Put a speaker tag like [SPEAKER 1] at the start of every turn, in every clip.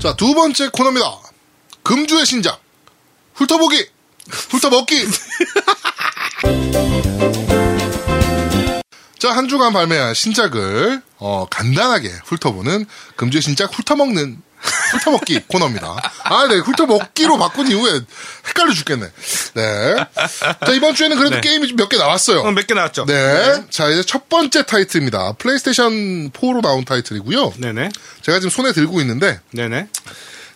[SPEAKER 1] 자, 두 번째 코너입니다. 금주의 신작. 훑어보기. 훑어먹기. 자, 한 주간 발매한 신작을, 어, 간단하게 훑어보는 금주의 신작 훑어먹는, 훑어먹기 코너입니다. 아, 네, 훑어먹기로 바꾼 이후에 헷갈려 죽겠네. 네. 자, 이번 주에는 그래도 게임이 몇 개 나왔어요.
[SPEAKER 2] 몇 개 나왔죠?
[SPEAKER 1] 네. 자, 이제 첫 번째 타이틀입니다. 플레이스테이션 4로 나온 타이틀이고요.
[SPEAKER 2] 네네.
[SPEAKER 1] 제가 지금 손에 들고 있는데
[SPEAKER 2] 네네.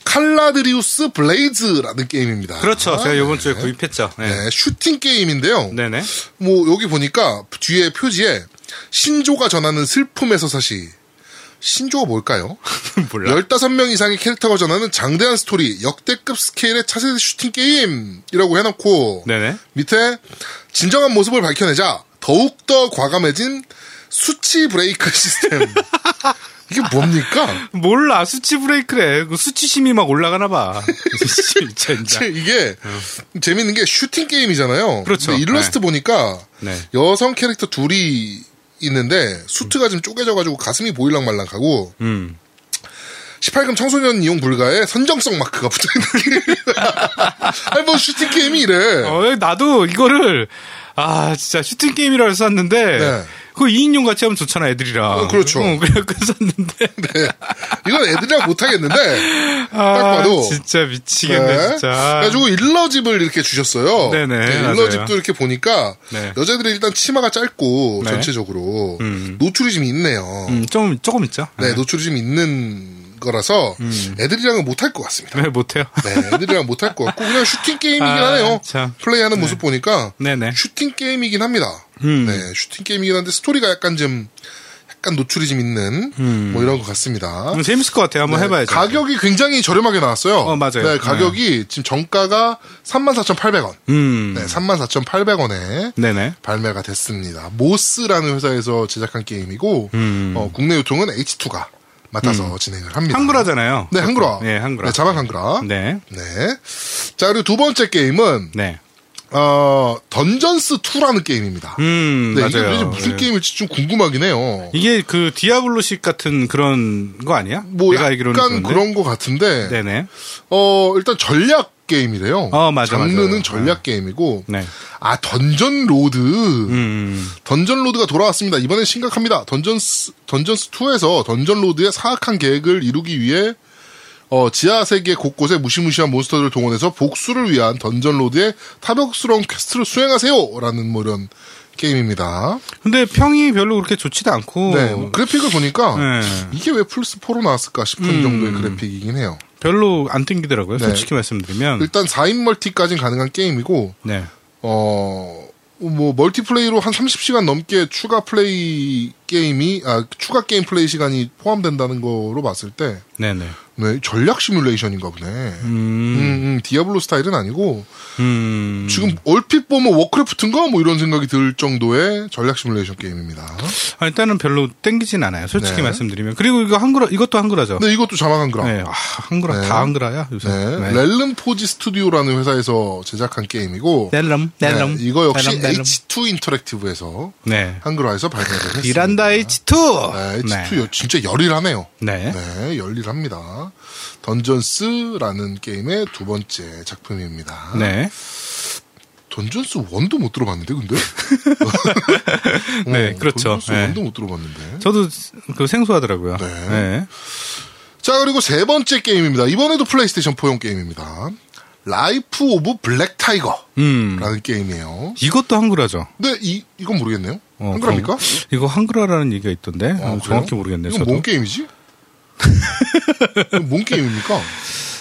[SPEAKER 1] 칼라드리우스 블레이즈라는 게임입니다.
[SPEAKER 2] 그렇죠. 제가 요번 주에 구입했죠. 네.
[SPEAKER 1] 네, 슈팅 게임인데요.
[SPEAKER 2] 네. 네
[SPEAKER 1] 뭐 여기 보니까 뒤에 표지에 신조가 전하는 슬픔에서 사시 신조가 뭘까요?
[SPEAKER 2] 몰라.
[SPEAKER 1] 15명 이상의 캐릭터가 전하는 장대한 스토리, 역대급 스케일의 차세대 슈팅 게임이라고 해놓고
[SPEAKER 2] 네네.
[SPEAKER 1] 밑에 진정한 모습을 밝혀내자 더욱더 과감해진 수치 브레이크 시스템. 이게 뭡니까?
[SPEAKER 2] 몰라. 수치 브레이크래. 그 수치심이 막 올라가나 봐. 진짜. 어.
[SPEAKER 1] 제- 이게 재밌는 게 슈팅 게임이잖아요.
[SPEAKER 2] 그렇죠.
[SPEAKER 1] 근데 일러스트 보니까
[SPEAKER 2] 네.
[SPEAKER 1] 여성 캐릭터 둘이 있는데 수트가 좀 쪼개져가지고 가슴이 보일랑말랑하고
[SPEAKER 2] 음.
[SPEAKER 1] 18금 청소년 이용 불가에 선정성 마크가 붙어있는 게임. 아니 뭐 슈팅 게임이 이래.
[SPEAKER 2] 어, 나도 이거를 아 진짜 슈팅 게임이라 해서 샀는데
[SPEAKER 1] 네.
[SPEAKER 2] 그거 2인용 같이 하면 좋잖아 애들이랑.
[SPEAKER 1] 어, 그렇죠.
[SPEAKER 2] 어, 그래갖고 샀는데
[SPEAKER 1] 네. 이건 애들이랑 못하겠는데
[SPEAKER 2] 아,
[SPEAKER 1] 봐도.
[SPEAKER 2] 진짜 미치겠네
[SPEAKER 1] 네.
[SPEAKER 2] 진짜.
[SPEAKER 1] 그래가지고 일러집을 이렇게 주셨어요.
[SPEAKER 2] 네네,
[SPEAKER 1] 일러집도
[SPEAKER 2] 맞아요.
[SPEAKER 1] 이렇게 보니까
[SPEAKER 2] 네.
[SPEAKER 1] 여자들이 일단 치마가 짧고
[SPEAKER 2] 네.
[SPEAKER 1] 전체적으로 노출이 좀 있네요.
[SPEAKER 2] 음, 좀 조금 있죠.
[SPEAKER 1] 네, 노출이 좀 있는 거라서
[SPEAKER 2] 음.
[SPEAKER 1] 애들이랑은 못할 것 같습니다.
[SPEAKER 2] 왜 못해요?
[SPEAKER 1] 네, 애들이랑 못할 것 같고 그냥 슈팅 게임이긴
[SPEAKER 2] 아,
[SPEAKER 1] 하네요.
[SPEAKER 2] 참.
[SPEAKER 1] 플레이하는 모습 보니까
[SPEAKER 2] 네네. 음.
[SPEAKER 1] 슈팅 게임이긴 합니다. 네, 슈팅 게임이긴 한데 스토리가 약간 좀 약간 노출이 좀 있는 뭐 이런 것 같습니다. 네,
[SPEAKER 2] 음, 재밌을 것 같아요. 음. 한번 해봐야죠.
[SPEAKER 1] 가격이 굉장히 저렴하게 나왔어요.
[SPEAKER 2] 어, 맞아요.
[SPEAKER 1] 네, 가격이 지금 정가가 34,800원.
[SPEAKER 2] 음.
[SPEAKER 1] 네, 34,800원에
[SPEAKER 2] 네네.
[SPEAKER 1] 발매가 됐습니다. 모스라는 회사에서 제작한 게임이고 어, 국내 유통은 H2가 맡아서 진행을 합니다.
[SPEAKER 2] 음. 한글화잖아요.
[SPEAKER 1] 네, 한글화.
[SPEAKER 2] 네, 한글화.
[SPEAKER 1] 네, 자막 한글화. 네.
[SPEAKER 2] 네.
[SPEAKER 1] 자, 그리고 두 번째 게임은
[SPEAKER 2] 네.
[SPEAKER 1] 어, 던전스 2라는 게임입니다.
[SPEAKER 2] 음,
[SPEAKER 1] 네, 이게
[SPEAKER 2] 맞아요.
[SPEAKER 1] 도대체 무슨
[SPEAKER 2] 네.
[SPEAKER 1] 게임일지 좀 궁금하긴 해요.
[SPEAKER 2] 이게 그 디아블로식 같은 그런 거 아니야?
[SPEAKER 1] 뭐
[SPEAKER 2] 내가 알기로는
[SPEAKER 1] 약간
[SPEAKER 2] 그런데?
[SPEAKER 1] 그런 것 같은데
[SPEAKER 2] 네네.
[SPEAKER 1] 어, 일단 전략 게임이래요.
[SPEAKER 2] 어, 맞아,
[SPEAKER 1] 장르는
[SPEAKER 2] 맞아요.
[SPEAKER 1] 전략 게임이고.
[SPEAKER 2] 네.
[SPEAKER 1] 아, 던전 로드.
[SPEAKER 2] 음.
[SPEAKER 1] 던전 로드가 돌아왔습니다. 이번엔 심각합니다. 던전스, 던전스 2에서 던전 로드의 사악한 계획을 이루기 위해 어, 지하 세계 곳곳에 무시무시한 몬스터들을 동원해서 복수를 위한 던전 로드의 탐욕스러운 퀘스트를 수행하세요라는 뭐 이런 게임입니다.
[SPEAKER 2] 근데 평이 별로 그렇게 좋지도 않고
[SPEAKER 1] 네, 뭐 그래픽을 보니까
[SPEAKER 2] 어. 네. 음.
[SPEAKER 1] 이게 왜 플스 4로 나왔을까 싶은 정도의 그래픽이긴 해요.
[SPEAKER 2] 별로 안 땡기더라고요.
[SPEAKER 1] 네.
[SPEAKER 2] 솔직히 말씀드리면.
[SPEAKER 1] 일단 4인 멀티까지는 가능한 게임이고
[SPEAKER 2] 네.
[SPEAKER 1] 어, 뭐, 멀티플레이로 한 30시간 넘게 추가 플레이 게임이, 아, 추가 게임 플레이 시간이 포함된다는 거로 봤을 때,
[SPEAKER 2] 네네.
[SPEAKER 1] 네, 전략 시뮬레이션인가 보네. 음,
[SPEAKER 2] 음.
[SPEAKER 1] 음, 디아블로 스타일은 아니고,
[SPEAKER 2] 음.
[SPEAKER 1] 지금 얼핏 보면 워크래프트인가? 뭐 이런 생각이 들 정도의 전략 시뮬레이션 게임입니다.
[SPEAKER 2] 아, 일단은 별로 땡기진 않아요. 솔직히
[SPEAKER 1] 네.
[SPEAKER 2] 말씀드리면. 그리고 이거 한글화 이것도 한글화죠.
[SPEAKER 1] 근데 이것도 자막 한글화.
[SPEAKER 2] 네.
[SPEAKER 1] 네.
[SPEAKER 2] 아, 한글화
[SPEAKER 1] 네.
[SPEAKER 2] 다 한글화야, 요새. 네.
[SPEAKER 1] 렐름 포지 스튜디오라는 회사에서 제작한 게임이고,
[SPEAKER 2] 렐럼,
[SPEAKER 1] 네,
[SPEAKER 2] 렐럼.
[SPEAKER 1] 이거 역시
[SPEAKER 2] 렐럼, 렐럼.
[SPEAKER 1] H2 인터랙티브에서
[SPEAKER 2] 네.
[SPEAKER 1] 한글화해서 발매를 했습니다.
[SPEAKER 2] 이란다 H2.
[SPEAKER 1] 네, H2 요- 진짜 열일하네요.
[SPEAKER 2] 네. 네.
[SPEAKER 1] 네, 열일합니다. 던전스라는 게임의 두 번째 작품입니다.
[SPEAKER 2] 네.
[SPEAKER 1] 던전스 1도 못 들어봤는데, 근데?
[SPEAKER 2] 네,
[SPEAKER 1] 어,
[SPEAKER 2] 그렇죠.
[SPEAKER 1] 던전스
[SPEAKER 2] 네.
[SPEAKER 1] 1도 못 들어봤는데.
[SPEAKER 2] 저도 그 생소하더라고요.
[SPEAKER 1] 네.
[SPEAKER 2] 네.
[SPEAKER 1] 자, 그리고 세 번째 게임입니다. 이번에도 플레이스테이션 4용 게임입니다. 라이프 오브 블랙 타이거라는
[SPEAKER 2] 음.
[SPEAKER 1] 게임이에요.
[SPEAKER 2] 이것도 한글화죠.
[SPEAKER 1] 근데 이, 이건 모르겠네요.
[SPEAKER 2] 어,
[SPEAKER 1] 한글합니까?
[SPEAKER 2] 그럼 이거 한글화라는 얘기가 있던데
[SPEAKER 1] 아,
[SPEAKER 2] 어,
[SPEAKER 1] 그래요?
[SPEAKER 2] 정확히 모르겠네요. 뭐?
[SPEAKER 1] 이건
[SPEAKER 2] 저도.
[SPEAKER 1] 뭔 게임이지? 이건 뭔 게임입니까?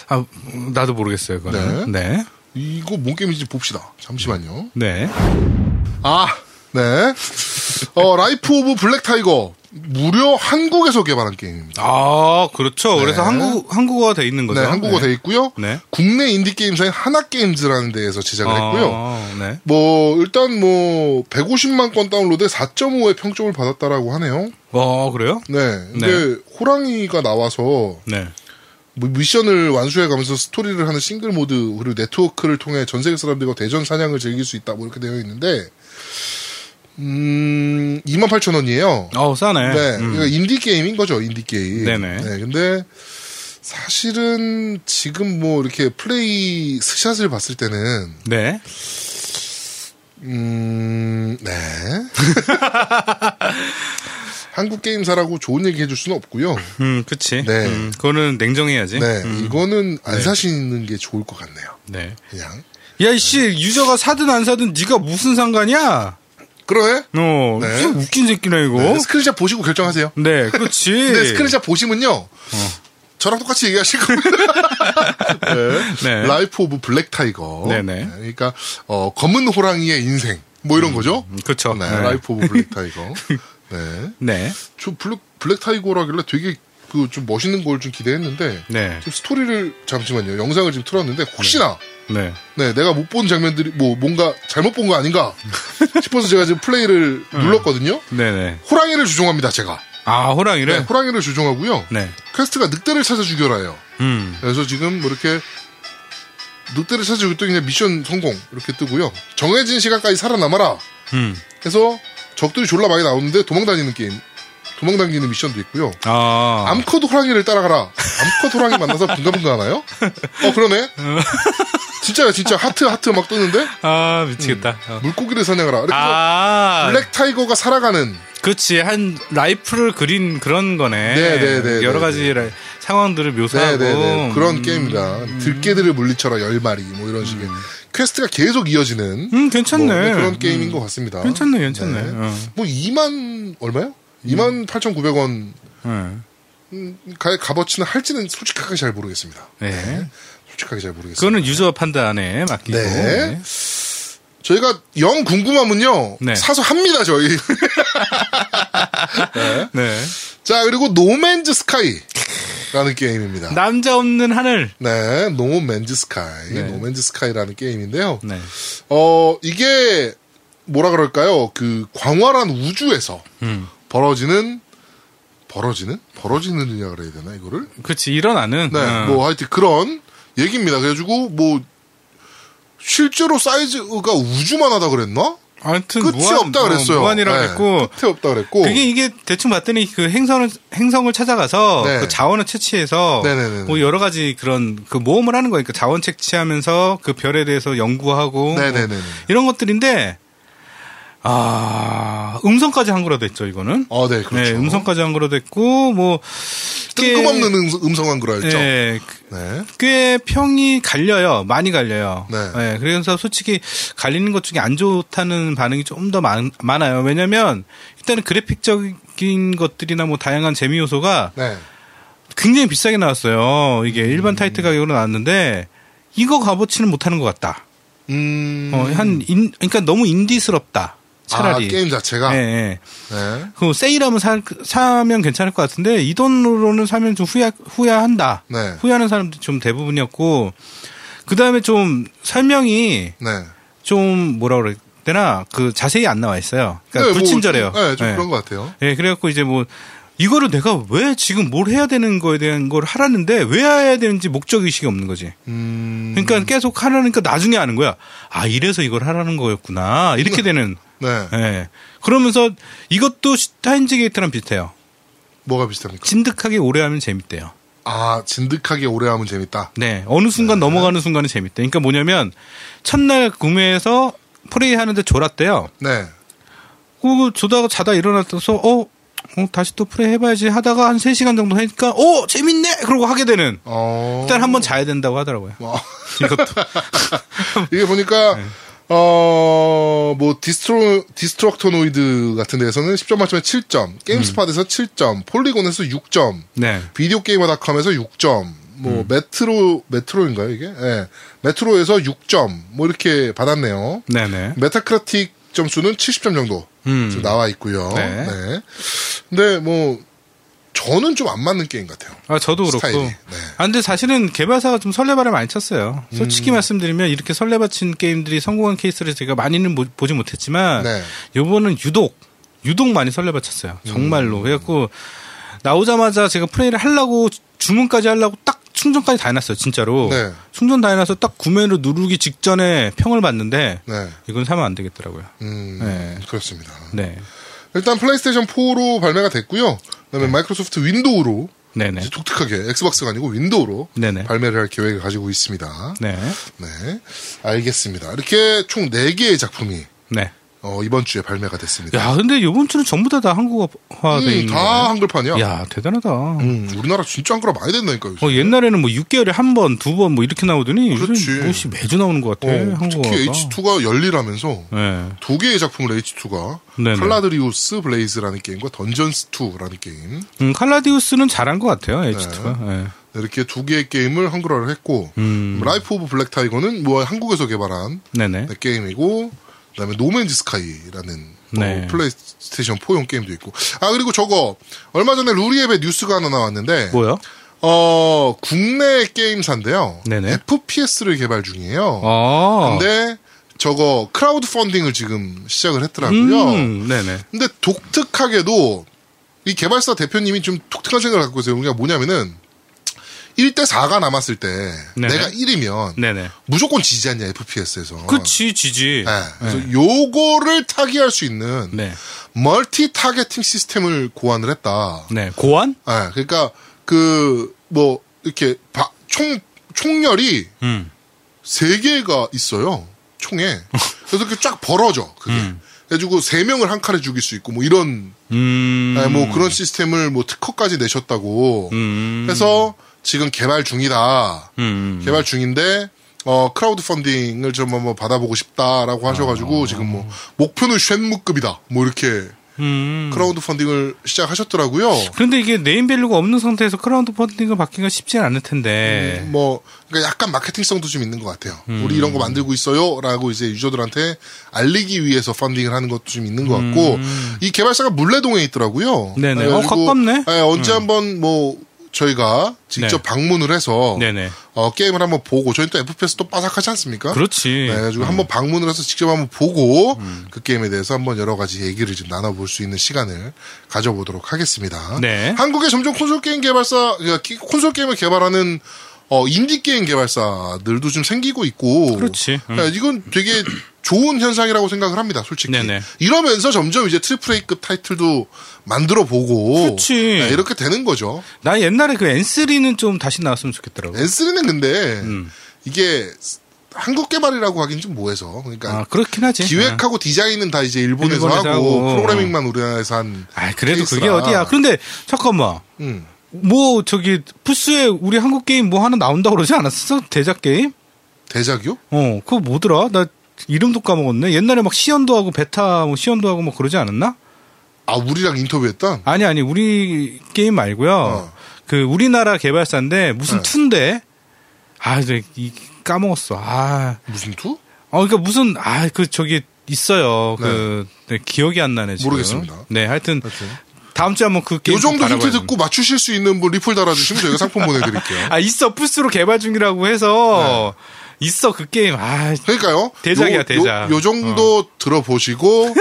[SPEAKER 2] 아, 나도 모르겠어요. 그거는. 네.
[SPEAKER 1] 이거 뭔 게임인지 봅시다. 잠시만요.
[SPEAKER 2] 네.
[SPEAKER 1] 아, 네. 어, 라이프 오브 블랙 타이거. 무려 한국에서 개발한 게임입니다.
[SPEAKER 2] 아, 그렇죠. 그래서 한국 한국어가 돼 있는 거죠.
[SPEAKER 1] 네, 한국어 돼 있고요.
[SPEAKER 2] 그렇죠? 네.
[SPEAKER 1] 국내 인디 게임사인 하나 게임즈라는 데에서 제작을 했고요.
[SPEAKER 2] 아, 네.
[SPEAKER 1] 뭐 일단 뭐 150만 건 다운로드에 4.5의 평점을 받았다라고 하네요.
[SPEAKER 2] 어, 그래요?
[SPEAKER 1] 네. 근데 호랑이가 나와서
[SPEAKER 2] 네.
[SPEAKER 1] 뭐 미션을 완수해가면서 스토리를 하는 싱글 모드 그리고 네트워크를 통해 전 세계 사람들과 대전 사냥을 즐길 수 있다 뭐 이렇게 되어 있는데 음 28,000원이에요.
[SPEAKER 2] 어, 싸네.
[SPEAKER 1] 네.
[SPEAKER 2] 음.
[SPEAKER 1] 그러니까 인디 게임인 거죠, 인디 게임.
[SPEAKER 2] 네네.
[SPEAKER 1] 네, 근데 사실은 지금 뭐 이렇게 플레이 스샷을 봤을 때는
[SPEAKER 2] 네.
[SPEAKER 1] 음, 네. 한국 게임사라고 좋은 얘기 해줄 수는 없고요.
[SPEAKER 2] 음, 그치.
[SPEAKER 1] 네.
[SPEAKER 2] 음, 그거는 냉정해야지.
[SPEAKER 1] 네,
[SPEAKER 2] 음,
[SPEAKER 1] 이거는 안 사시는 게 좋을 것 같네요.
[SPEAKER 2] 네.
[SPEAKER 1] 그냥
[SPEAKER 2] 야, 이씨, 유저가 사든 안 사든 네가 무슨 상관이야?
[SPEAKER 1] 그러네.
[SPEAKER 2] 어,
[SPEAKER 1] 네.
[SPEAKER 2] 무슨 웃긴 새끼네, 이거.
[SPEAKER 1] 네, 스크린샷 보시고 결정하세요.
[SPEAKER 2] 어? 네, 어. 그렇지.
[SPEAKER 1] 근데 스크린샷 보시면요. 저랑 똑같이 얘기하실 겁니다.
[SPEAKER 2] 네.
[SPEAKER 1] 라이프 오브 블랙 타이거.
[SPEAKER 2] 네네.
[SPEAKER 1] 그러니까 어, 검은 호랑이의 인생 뭐 이런 거죠.
[SPEAKER 2] 그쵸.
[SPEAKER 1] 네,
[SPEAKER 2] 음. 네.
[SPEAKER 1] 라이프 오브 블랙 타이거. 네.
[SPEAKER 2] 네.
[SPEAKER 1] 저 블랙 블랙 타이거라길래 되게 그 좀 멋있는 걸 좀 기대했는데
[SPEAKER 2] 네.
[SPEAKER 1] 지금 스토리를 잠시만요. 영상을 지금 틀었는데 혹시나
[SPEAKER 2] 네.
[SPEAKER 1] 네, 내가 못 본 장면들이 뭐 뭔가 잘못 본 거 아닌가 싶어서 제가 지금 플레이를
[SPEAKER 2] 음.
[SPEAKER 1] 눌렀거든요.
[SPEAKER 2] 네네.
[SPEAKER 1] 호랑이를 주종합니다, 제가.
[SPEAKER 2] 아, 호랑이를?
[SPEAKER 1] 네, 호랑이를 주종하고요.
[SPEAKER 2] 네.
[SPEAKER 1] 퀘스트가 늑대를 찾아 죽여라예요.
[SPEAKER 2] 음.
[SPEAKER 1] 그래서 지금 뭐 이렇게 늑대를 찾아 죽일 때 그냥 미션 성공 이렇게 뜨고요. 정해진 시간까지 살아남아라.
[SPEAKER 2] 음.
[SPEAKER 1] 해서 적들이 졸라 많이 나오는데 도망다니는 게임, 도망다니는 미션도 있고요.
[SPEAKER 2] 아.
[SPEAKER 1] 암컷 호랑이를 따라가라. 암컷 호랑이 만나서 분가분가 하나요? 어 그러네. 진짜야 진짜 하트 하트 막 뜨는데
[SPEAKER 2] 아, 미치겠다. 어.
[SPEAKER 1] 물고기를 사냥하라. 이렇게 해서
[SPEAKER 2] 아,
[SPEAKER 1] 음. 블랙 타이거가 살아가는
[SPEAKER 2] 그치. 한 라이프를 그린 그런 거네.
[SPEAKER 1] 네, 네, 네, 네,
[SPEAKER 2] 여러 가지 라- 상황들을 묘사하고. 음.
[SPEAKER 1] 네네네 그런 게임입니다. 들깨들을 물리쳐라 열 마리 뭐 이런 식의 퀘스트가 계속 이어지는
[SPEAKER 2] 음,
[SPEAKER 1] 뭐,
[SPEAKER 2] 괜찮네.
[SPEAKER 1] 네, 그런 게임인 것 같습니다.
[SPEAKER 2] 괜찮네, 괜찮네.
[SPEAKER 1] 네.
[SPEAKER 2] 어.
[SPEAKER 1] 뭐 2만 얼마요?
[SPEAKER 2] 음.
[SPEAKER 1] 2만 8,900원
[SPEAKER 2] 어.
[SPEAKER 1] 가의 값어치는 할지는 솔직하게 잘 모르겠습니다.
[SPEAKER 2] 네.
[SPEAKER 1] 솔직하게 잘 모르겠습니다.
[SPEAKER 2] 그거는 유저 판단에 맡기고.
[SPEAKER 1] 네. 저희가 영 궁금하면요
[SPEAKER 2] 네.
[SPEAKER 1] 사서 합니다 저희.
[SPEAKER 2] 네. 네.
[SPEAKER 1] 자 그리고 노맨즈 스카이라는 게임입니다.
[SPEAKER 2] 남자 없는 하늘.
[SPEAKER 1] 네, 노맨즈 스카이,
[SPEAKER 2] 네.
[SPEAKER 1] 노맨즈 스카이라는 게임인데요.
[SPEAKER 2] 네.
[SPEAKER 1] 어 이게 뭐라 그럴까요? 그 광활한 우주에서
[SPEAKER 2] 음.
[SPEAKER 1] 벌어지는 벌어지는 벌어지는이라 그래야 되나 이거를?
[SPEAKER 2] 그치, 일어나는.
[SPEAKER 1] 네,
[SPEAKER 2] 어.
[SPEAKER 1] 뭐 하여튼 그런 얘기입니다. 그래가지고 뭐 실제로 사이즈가 우주만하다 그랬나?
[SPEAKER 2] 아무튼
[SPEAKER 1] 끝이
[SPEAKER 2] 무한,
[SPEAKER 1] 없다 그랬어요.
[SPEAKER 2] 어, 무한이라
[SPEAKER 1] 네,
[SPEAKER 2] 그랬고.
[SPEAKER 1] 끝이 없다 그랬고.
[SPEAKER 2] 그게 이게 대충 봤더니 그 행성을 행성을 찾아가서
[SPEAKER 1] 네.
[SPEAKER 2] 그 자원을 채취해서
[SPEAKER 1] 네네네네.
[SPEAKER 2] 뭐 여러 가지 그런 그 모험을 하는 거니까 자원 채취하면서 그 별에 대해서 연구하고 뭐
[SPEAKER 1] 네네네.
[SPEAKER 2] 이런 것들인데 아 음성까지 한글화됐죠 이거는
[SPEAKER 1] 어, 네, 그렇죠.
[SPEAKER 2] 네 음성까지 한글화됐고 뭐 꽤-
[SPEAKER 1] 뜬금없는 음, 음성한 거라였죠. 네.
[SPEAKER 2] 예, 꽤 평이 갈려요. 많이 갈려요.
[SPEAKER 1] 네.
[SPEAKER 2] 예, 그래서 솔직히 갈리는 것 중에 안 좋다는 반응이 좀 더 많아요. 왜냐면 일단은 그래픽적인 것들이나 뭐 다양한 재미 요소가
[SPEAKER 1] 네.
[SPEAKER 2] 굉장히 비싸게 나왔어요. 이게
[SPEAKER 1] 음.
[SPEAKER 2] 일반 타이틀 가격으로 나왔는데 이거 값어치는 못하는 것 같다.
[SPEAKER 1] 음.
[SPEAKER 2] 어, 한 인, 그러니까 너무 인디스럽다. 차라리.
[SPEAKER 1] 아, 게임 자체가.
[SPEAKER 2] 예,
[SPEAKER 1] 네.
[SPEAKER 2] 예. 그 세일하면 사, 면 괜찮을 것 같은데 이 돈으로는 사면 좀 후회 후회한다.
[SPEAKER 1] 네.
[SPEAKER 2] 후회하는 사람들 좀 대부분이었고 그 다음에 좀 설명이
[SPEAKER 1] 네.
[SPEAKER 2] 좀 뭐라 그래야 되나 그 자세히 안 나와 있어요. 그러니까
[SPEAKER 1] 네,
[SPEAKER 2] 불친절해요.
[SPEAKER 1] 뭐, 좀- 네, 좀
[SPEAKER 2] 예.
[SPEAKER 1] 그런 것 같아요.
[SPEAKER 2] 예, 그래갖고 이제 뭐 이거를 내가 왜 지금 뭘 해야 되는 거에 대한 걸 하라는데 왜 해야 되는지 목적 의식이 없는 거지.
[SPEAKER 1] 음.
[SPEAKER 2] 그러니까 계속 하라니까 나중에 아는 거야. 아 이래서 이걸 하라는 거였구나 이렇게 되는.
[SPEAKER 1] 네.
[SPEAKER 2] 예. 그러면서 이것도 스타인즈 게이트랑 비슷해요.
[SPEAKER 1] 뭐가 비슷합니까?
[SPEAKER 2] 진득하게 오래 하면 재밌대요.
[SPEAKER 1] 아, 진득하게 오래 하면 재밌다.
[SPEAKER 2] 네. 어느 순간 넘어가는 순간은 재밌대. 그러니까 뭐냐면 첫날 구매해서 플레이 하는데 졸았대요.
[SPEAKER 1] 네.
[SPEAKER 2] 그 조다가 자다 일어나서 어, 어, 다시 또 플레이 해봐야지 하다가 한 3시간 정도 하니까 어 재밌네 그러고 하게 되는
[SPEAKER 1] 어.
[SPEAKER 2] 일단 한번 자야 된다고 하더라고요.
[SPEAKER 1] 와.
[SPEAKER 2] 이것도
[SPEAKER 1] 이게 보니까
[SPEAKER 2] 네.
[SPEAKER 1] 어, 뭐 디스트로 디스트럭터 노이드 같은 데에서는 10점 만점에 7점, 게임스팟에서
[SPEAKER 2] 음.
[SPEAKER 1] 7점, 폴리곤에서 6점,
[SPEAKER 2] 네.
[SPEAKER 1] 비디오 게이머닷컴에서 6점, 뭐
[SPEAKER 2] 음.
[SPEAKER 1] 메트로 메트로인가요, 이게? 예. 메트로에서 6점 뭐 이렇게 받았네요.
[SPEAKER 2] 네, 네.
[SPEAKER 1] 메타크라틱 점수는 70점 정도
[SPEAKER 2] 음.
[SPEAKER 1] 지금 나와 있고요.
[SPEAKER 2] 네.
[SPEAKER 1] 네. 근데 뭐 저는 좀 안 맞는 게임 같아요.
[SPEAKER 2] 아, 저도 그렇고.
[SPEAKER 1] 스타일이. 네.
[SPEAKER 2] 아, 근데 사실은 개발사가 좀 설레발을 많이 쳤어요. 솔직히
[SPEAKER 1] 음.
[SPEAKER 2] 말씀드리면 이렇게 설레바친 게임들이 성공한 케이스를 제가 많이는 보- 보지 못했지만
[SPEAKER 1] 네. 음.
[SPEAKER 2] 요번은 유독 유독 많이 설레바쳤어요. 정말로. 그래갖고 나오자마자 제가 플레이를 하려고 주- 주문까지 하려고 딱 충전까지 다 해놨어요. 진짜로.
[SPEAKER 1] 네.
[SPEAKER 2] 충전 다 해놔서 딱 구매를 누르기 직전에 평을 봤는데
[SPEAKER 1] 네.
[SPEAKER 2] 이건 사면 안 되겠더라고요.
[SPEAKER 1] 음.
[SPEAKER 2] 네.
[SPEAKER 1] 그렇습니다.
[SPEAKER 2] 네.
[SPEAKER 1] 일단 플레이스테이션 4로 발매가 됐고요. 그다음에 마이크로소프트 윈도우로
[SPEAKER 2] 네. 네네.
[SPEAKER 1] 이제 독특하게 엑스박스가 아니고 윈도우로
[SPEAKER 2] 네네.
[SPEAKER 1] 발매를 할 계획을 가지고 있습니다.
[SPEAKER 2] 네.
[SPEAKER 1] 네. 알겠습니다. 이렇게 총 4개의 작품이
[SPEAKER 2] 네.
[SPEAKER 1] 어, 이번 주에 발매가 됐습니다.
[SPEAKER 2] 야, 근데 요번 주는 전부 다 다 한국어화 돼
[SPEAKER 1] 네. 음,
[SPEAKER 2] 있는
[SPEAKER 1] 다
[SPEAKER 2] 거예요.
[SPEAKER 1] 한글판이야.
[SPEAKER 2] 야, 대단하다.
[SPEAKER 1] 음, 우리나라 진짜 한글화 많이 된다니까 요즘.
[SPEAKER 2] 어, 옛날에는 뭐 6개월에 한 번, 두 번 뭐 이렇게 나오더니
[SPEAKER 1] 그렇지.
[SPEAKER 2] 요즘 옷이 매주 나오는 것 같아.
[SPEAKER 1] 어,
[SPEAKER 2] 예, 한국어가.
[SPEAKER 1] 특히 H2가 열일하면서
[SPEAKER 2] 네.
[SPEAKER 1] 두 개의 작품을 H2가
[SPEAKER 2] 네네.
[SPEAKER 1] 칼라드리우스 블레이즈라는 게임과 던전스2라는 게임
[SPEAKER 2] 음, 칼라디우스는 잘한 것 같아요,
[SPEAKER 1] 네.
[SPEAKER 2] 예. H2가.
[SPEAKER 1] 이렇게 두 개의 게임을 한글화를 했고
[SPEAKER 2] 음.
[SPEAKER 1] 라이프 오브 블랙 타이거는 뭐 한국에서 개발한
[SPEAKER 2] 네. 네
[SPEAKER 1] 네, 게임이고 그다음에 노맨즈 스카이라는 뭐
[SPEAKER 2] 네.
[SPEAKER 1] 플레이스테이션 4용 게임도 있고 아 그리고 저거 얼마 전에 루리앱에 뉴스가 하나 나왔는데
[SPEAKER 2] 뭐요?
[SPEAKER 1] 어 국내 게임사인데요
[SPEAKER 2] 네네.
[SPEAKER 1] FPS를 개발 중이에요
[SPEAKER 2] 아.
[SPEAKER 1] 근데 저거 크라우드 펀딩을 지금 시작을 했더라고요
[SPEAKER 2] 음, 네네.
[SPEAKER 1] 근데 독특하게도 이 개발사 대표님이 좀 독특한 생각을 갖고 있어요 그러니까 뭐냐면은 1대 4가 남았을 때
[SPEAKER 2] 네네.
[SPEAKER 1] 내가 1이면
[SPEAKER 2] 네네.
[SPEAKER 1] 무조건 지지 않냐 FPS에서
[SPEAKER 2] 그치, 지지.
[SPEAKER 1] 어.
[SPEAKER 2] 예.
[SPEAKER 1] 네. 그래서 요거를 타깃할 수 있는
[SPEAKER 2] 네.
[SPEAKER 1] 멀티 타겟팅 시스템을 고안을 했다.
[SPEAKER 2] 네. 고안?
[SPEAKER 1] 네. 그러니까 그 뭐 이렇게 바- 총 총열이
[SPEAKER 2] 음.
[SPEAKER 1] 세 개가 있어요. 총에. 그래서 이렇게 쫙 벌어져. 그게. 그래가지고 세 명을 한 칸에 죽일 수 있고 뭐 이런
[SPEAKER 2] 음.
[SPEAKER 1] 네, 뭐 그런 시스템을 뭐 특허까지 내셨다고
[SPEAKER 2] 음.
[SPEAKER 1] 해서 지금 개발 중이다.
[SPEAKER 2] 음.
[SPEAKER 1] 개발 중인데 어 크라우드 펀딩을 좀 한번 받아보고 싶다라고 하셔가지고 지금 뭐 목표는 쉔무급이다 뭐 이렇게
[SPEAKER 2] 아. 음.
[SPEAKER 1] 크라우드 펀딩을 시작하셨더라고요.
[SPEAKER 2] 그런데 이게 네임밸류가 없는 상태에서 크라운드 펀딩을 받기가 쉽진 않을 텐데.
[SPEAKER 1] 뭐 그러니까 약간 마케팅성도 좀 있는 것 같아요.
[SPEAKER 2] 음.
[SPEAKER 1] 우리 이런 거 만들고 있어요라고 이제 유저들한테 알리기 위해서 펀딩을 하는 것도 좀 있는 것 같고 이 개발사가 물레동에 있더라고요.
[SPEAKER 2] 음. 네네.
[SPEAKER 1] 그래가지고,
[SPEAKER 2] 어, 가깝네. 음.
[SPEAKER 1] 예, 언제 한번 뭐 저희가 직접
[SPEAKER 2] 네.
[SPEAKER 1] 방문을 해서
[SPEAKER 2] 네네.
[SPEAKER 1] 어, 게임을 한번 보고 저희 또 FPS 또 빠삭하지 않습니까?
[SPEAKER 2] 그렇지.
[SPEAKER 1] 네, 그래가지고 한번 방문을 해서 직접 한번 보고
[SPEAKER 2] 음.
[SPEAKER 1] 그 게임에 대해서 한번 여러 가지 얘기를 좀 나눠볼 수 있는 시간을 가져보도록 하겠습니다.
[SPEAKER 2] 네.
[SPEAKER 1] 한국의 점점 콘솔 게임 개발사, 그러니까 기- 콘솔 게임을 개발하는 어, 인디 게임 개발사들도 좀 생기고 있고.
[SPEAKER 2] 그렇지. 음.
[SPEAKER 1] 네, 이건 되게 좋은 현상이라고 생각을 합니다, 솔직히.
[SPEAKER 2] 네네.
[SPEAKER 1] 이러면서 점점 이제 트리플 A급 타이틀도 만들어 보고. 네,
[SPEAKER 2] 그렇지.
[SPEAKER 1] 이렇게 되는 거죠.
[SPEAKER 2] 나 옛날에 그 N3는 좀 다시 나왔으면 좋겠더라고.
[SPEAKER 1] N3는 근데
[SPEAKER 2] 음.
[SPEAKER 1] 이게 한국 개발이라고 하긴 좀 뭐해서. 그러니까
[SPEAKER 2] 아, 그렇긴 하지. 아.
[SPEAKER 1] 기획하고 디자인은 다 이제 일본에서,
[SPEAKER 2] 일본에서
[SPEAKER 1] 하고,
[SPEAKER 2] 하고. 어.
[SPEAKER 1] 프로그래밍만 우리나라에서 한.
[SPEAKER 2] 아, 그래도
[SPEAKER 1] 케이스라.
[SPEAKER 2] 그게 어디야. 그런데 잠깐만.
[SPEAKER 1] 음.
[SPEAKER 2] 뭐 저기 푸스에 우리 한국 게임 뭐 하나 나온다고 그러지 않았어? 대작 게임?
[SPEAKER 1] 대작이요?
[SPEAKER 2] 어, 그거 뭐더라? 나 이름도 까먹었네. 옛날에 막 시연도 하고 베타 뭐 시연도 하고 뭐 그러지 않았나?
[SPEAKER 1] 아, 우리랑 인터뷰했던?
[SPEAKER 2] 아니 아니 우리 게임 말고요.
[SPEAKER 1] 어.
[SPEAKER 2] 그 우리나라 개발사인데 무슨
[SPEAKER 1] 네.
[SPEAKER 2] 툰데? 아, 이제 이 까먹었어. 아,
[SPEAKER 1] 무슨 투?
[SPEAKER 2] 어, 그러니까 무슨 아 그 저기 있어요. 그 네, 기억이 안 나네 지금.
[SPEAKER 1] 모르겠습니다.
[SPEAKER 2] 네, 하여튼 다음 주에 한번 그 게임
[SPEAKER 1] 요 정도
[SPEAKER 2] 좀
[SPEAKER 1] 힌트
[SPEAKER 2] 바라봐야
[SPEAKER 1] 듣고 맞추실 수 있는 분 리플 달아주시면 저희가 상품 보내드릴게요.
[SPEAKER 2] 아 있어 플스로 개발 중이라고 해서
[SPEAKER 1] 네.
[SPEAKER 2] 있어 그 게임 아
[SPEAKER 1] 그러니까요.
[SPEAKER 2] 대작이야,
[SPEAKER 1] 요- 요-
[SPEAKER 2] 대작. 어.
[SPEAKER 1] 요, 정도 들어보시고,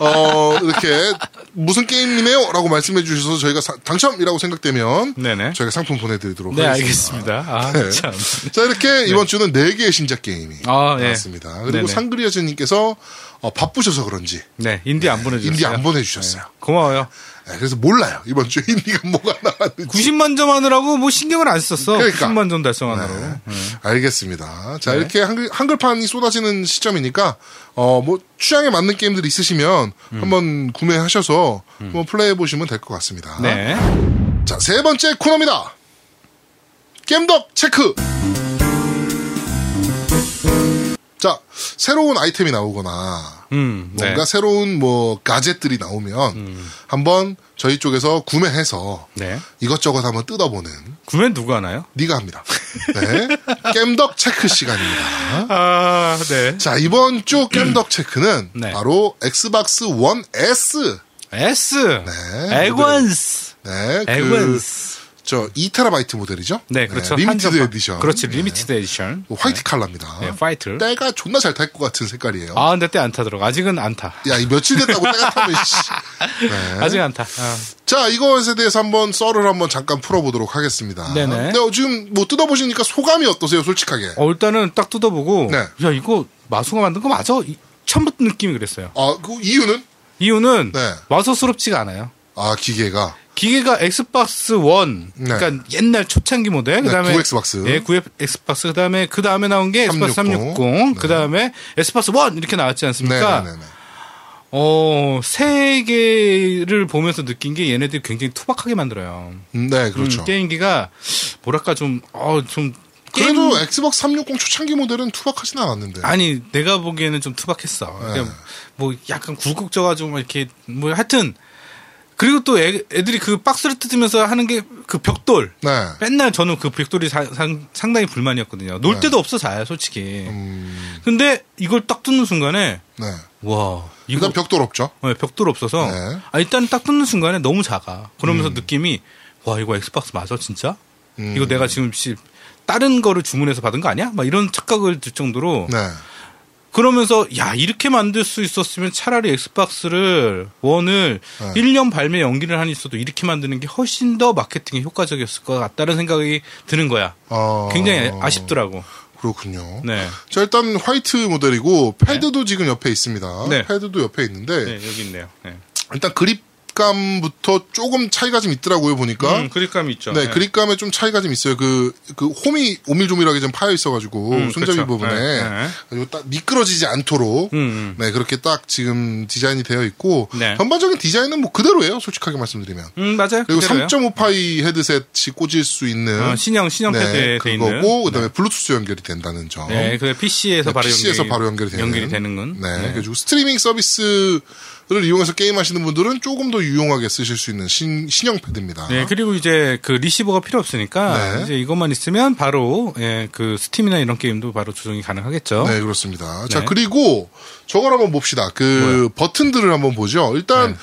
[SPEAKER 1] 어, 이렇게 무슨 게임이네요? 라고 말씀해 주셔서 저희가 사- 당첨이라고 생각되면
[SPEAKER 2] 네네
[SPEAKER 1] 저희가 상품 보내드리도록
[SPEAKER 2] 네
[SPEAKER 1] 하겠습니다.
[SPEAKER 2] 알겠습니다
[SPEAKER 1] 네.
[SPEAKER 2] 아참아
[SPEAKER 1] 자 이렇게 이번 주는 네 개의 신작 게임이
[SPEAKER 2] 아, 예.
[SPEAKER 1] 나왔습니다. 그리고
[SPEAKER 2] 네네.
[SPEAKER 1] 상그리아즈님께서 어, 바쁘셔서 그런지
[SPEAKER 2] 네 인디 안 보내주셨어요
[SPEAKER 1] 인디 안 보내주셨어요.
[SPEAKER 2] 고마워요
[SPEAKER 1] 네, 그래서 몰라요 이번 주에 인디가 뭐가 나왔는지.
[SPEAKER 2] 90만 점 하느라고 뭐 신경을 안 썼어
[SPEAKER 1] 그러니까.
[SPEAKER 2] 90만 점 달성하느라고
[SPEAKER 1] 알겠습니다.
[SPEAKER 2] 네.
[SPEAKER 1] 자 이렇게 한글, 한글판이 쏟아지는 시점이니까 어 뭐 취향에 맞는 게임들이 있으시면
[SPEAKER 2] 음.
[SPEAKER 1] 한번 구매하셔서 한번 플레이해 보시면 될 것 같습니다.
[SPEAKER 2] 네
[SPEAKER 1] 아. 자 세 번째 코너입니다. 겜덕 체크. 자 새로운 아이템이 나오거나
[SPEAKER 2] 음, 네. 음.
[SPEAKER 1] 뭔가 새로운 뭐 가젯들이 나오면 한번 저희 쪽에서 구매해서
[SPEAKER 2] 네.
[SPEAKER 1] 이것저것 한번 뜯어보는
[SPEAKER 2] 구매 누가 하나요?
[SPEAKER 1] 네가 합니다. 네. 겜덕 체크 시간입니다.
[SPEAKER 2] 아, 네.
[SPEAKER 1] 자, 이번 주 겜덕 체크는
[SPEAKER 2] 네.
[SPEAKER 1] 바로 엑스박스 원 S.
[SPEAKER 2] S.
[SPEAKER 1] 네.
[SPEAKER 2] 에관스.
[SPEAKER 1] 네. 그,
[SPEAKER 2] 에관스.
[SPEAKER 1] 저 2테라바이트 모델이죠?
[SPEAKER 2] 네, 그렇죠.
[SPEAKER 1] 리미티드
[SPEAKER 2] 한정판.
[SPEAKER 1] 에디션.
[SPEAKER 2] 그렇지, 리미티드 에디션.
[SPEAKER 1] 화이트 컬러입니다.
[SPEAKER 2] 네, 화이트.
[SPEAKER 1] 때가 존나 잘 탈 것 같은 색깔이에요.
[SPEAKER 2] 아, 근데 때 안 타더라고. 아직은 안 타.
[SPEAKER 1] 야, 이 며칠 됐다고 때가 타면 씨. 네.
[SPEAKER 2] 아직 안 타. 아.
[SPEAKER 1] 자, 이것에 대해서 한번 썰을 한번 잠깐 풀어보도록 하겠습니다.
[SPEAKER 2] 네네.
[SPEAKER 1] 근데 어, 지금 뭐 뜯어보시니까 소감이 어떠세요, 솔직하게?
[SPEAKER 2] 어, 일단은 딱 뜯어보고
[SPEAKER 1] 네.
[SPEAKER 2] 야 이거 마수가 만든 거 맞아? 이- 처음부터 느낌이 그랬어요.
[SPEAKER 1] 아, 그 이유는?
[SPEAKER 2] 이유는
[SPEAKER 1] 네.
[SPEAKER 2] 마수스럽지가 않아요.
[SPEAKER 1] 아, 기계가.
[SPEAKER 2] 기계가 엑스박스 원, 그러니까 옛날 초창기 모델, 그다음에
[SPEAKER 1] 네, 9X박스.
[SPEAKER 2] 예, 9 엑스박스 그다음에 그 다음에 나온 게 엑스박스
[SPEAKER 1] 360,
[SPEAKER 2] 360, 그다음에 엑스박스 원 이렇게 나왔지 않습니까?
[SPEAKER 1] 네. 네네네.
[SPEAKER 2] 어, 세계를 보면서 느낀 게 얘네들이 굉장히 투박하게 만들어요.
[SPEAKER 1] 네,
[SPEAKER 2] 음,
[SPEAKER 1] 그렇죠.
[SPEAKER 2] 게임기가 뭐랄까 좀 어, 좀 게임-
[SPEAKER 1] 그래도 엑스박스 360 초창기 모델은 투박하진 않았는데.
[SPEAKER 2] 아니 내가 보기에는 좀 투박했어.
[SPEAKER 1] 네.
[SPEAKER 2] 그냥 뭐 약간 굴곡져가지고 이렇게 뭐 하여튼 그리고 또 애, 애들이 그 박스를 뜯으면서 하는 게 그 벽돌.
[SPEAKER 1] 네.
[SPEAKER 2] 맨날 저는 그 벽돌이 사- 상, 상당히 불만이었거든요. 놀 데도 없어 자요 솔직히.
[SPEAKER 1] 네. 음,
[SPEAKER 2] 근데 이걸 딱 뜯는 순간에
[SPEAKER 1] 네.
[SPEAKER 2] 와 이거
[SPEAKER 1] 일단 벽돌 없죠.
[SPEAKER 2] 네, 벽돌 없어서
[SPEAKER 1] 네.
[SPEAKER 2] 아, 일단 딱 뜯는 순간에 너무 작아. 그러면서 느낌이 와 이거 엑스박스 맞아 진짜?
[SPEAKER 1] 음.
[SPEAKER 2] 이거 내가 지금 씨, 다른 거를 주문해서 받은 거 아니야? 막 이런 착각을 들 정도로
[SPEAKER 1] 네.
[SPEAKER 2] 그러면서 야 이렇게 만들 수 있었으면 차라리 엑스박스를 원을
[SPEAKER 1] 네.
[SPEAKER 2] 1년 발매 연기를 하니 있어도 이렇게 만드는 게 훨씬 더 마케팅에 효과적이었을 것 같다는 생각이 드는 거야.
[SPEAKER 1] 어,
[SPEAKER 2] 굉장히 아쉽더라고.
[SPEAKER 1] 그렇군요.
[SPEAKER 2] 네.
[SPEAKER 1] 자, 일단 화이트 모델이고, 패드도 지금 옆에 있습니다.
[SPEAKER 2] 네.
[SPEAKER 1] 패드도 옆에 있는데,
[SPEAKER 2] 네, 여기 있네요. 네.
[SPEAKER 1] 일단 그립감부터 조금 차이가 좀 있더라고요, 보니까.
[SPEAKER 2] 음, 그립감이 있죠.
[SPEAKER 1] 네,
[SPEAKER 2] 네.
[SPEAKER 1] 그립감에 좀 차이가 좀 있어요. 그, 그 홈이 오밀조밀하게 좀 파여 있어가지고,
[SPEAKER 2] 음,
[SPEAKER 1] 손잡이
[SPEAKER 2] 그렇죠.
[SPEAKER 1] 부분에.
[SPEAKER 2] 네, 네.
[SPEAKER 1] 그리고 딱 미끄러지지 않도록,
[SPEAKER 2] 음,
[SPEAKER 1] 네, 그렇게 딱 지금 디자인이 되어 있고,
[SPEAKER 2] 네.
[SPEAKER 1] 전반적인 디자인은 뭐 그대로예요, 솔직하게 말씀드리면.
[SPEAKER 2] 음, 맞아요.
[SPEAKER 1] 그리고
[SPEAKER 2] 그대로요.
[SPEAKER 1] 3.5파이 헤드셋이 꽂을 수 있는. 네,
[SPEAKER 2] 어, 신형 신형 패드에 돼 있는
[SPEAKER 1] 그거고, 어? 그 다음에 블루투스 연결이 된다는 점.
[SPEAKER 2] 네, 그 PC에서 바로
[SPEAKER 1] PC에서
[SPEAKER 2] 연결이,
[SPEAKER 1] 바로 연결이 되는.
[SPEAKER 2] 건.
[SPEAKER 1] 네. 그래가지고 스트리밍 서비스를 이용해서 게임하시는 분들은 조금 더 유용하게 쓰실 수 있는 신, 신형 패드입니다.
[SPEAKER 2] 네, 그리고 이제 그 리시버가 필요 없으니까
[SPEAKER 1] 네.
[SPEAKER 2] 이제 이것만 있으면 바로 예, 그 스팀이나 이런 게임도 바로 조정이 가능하겠죠.
[SPEAKER 1] 네, 그렇습니다. 자,
[SPEAKER 2] 어? 네.
[SPEAKER 1] 그리고 저걸 한번 봅시다. 그 버튼들을 한번 보죠. 일단
[SPEAKER 2] 네.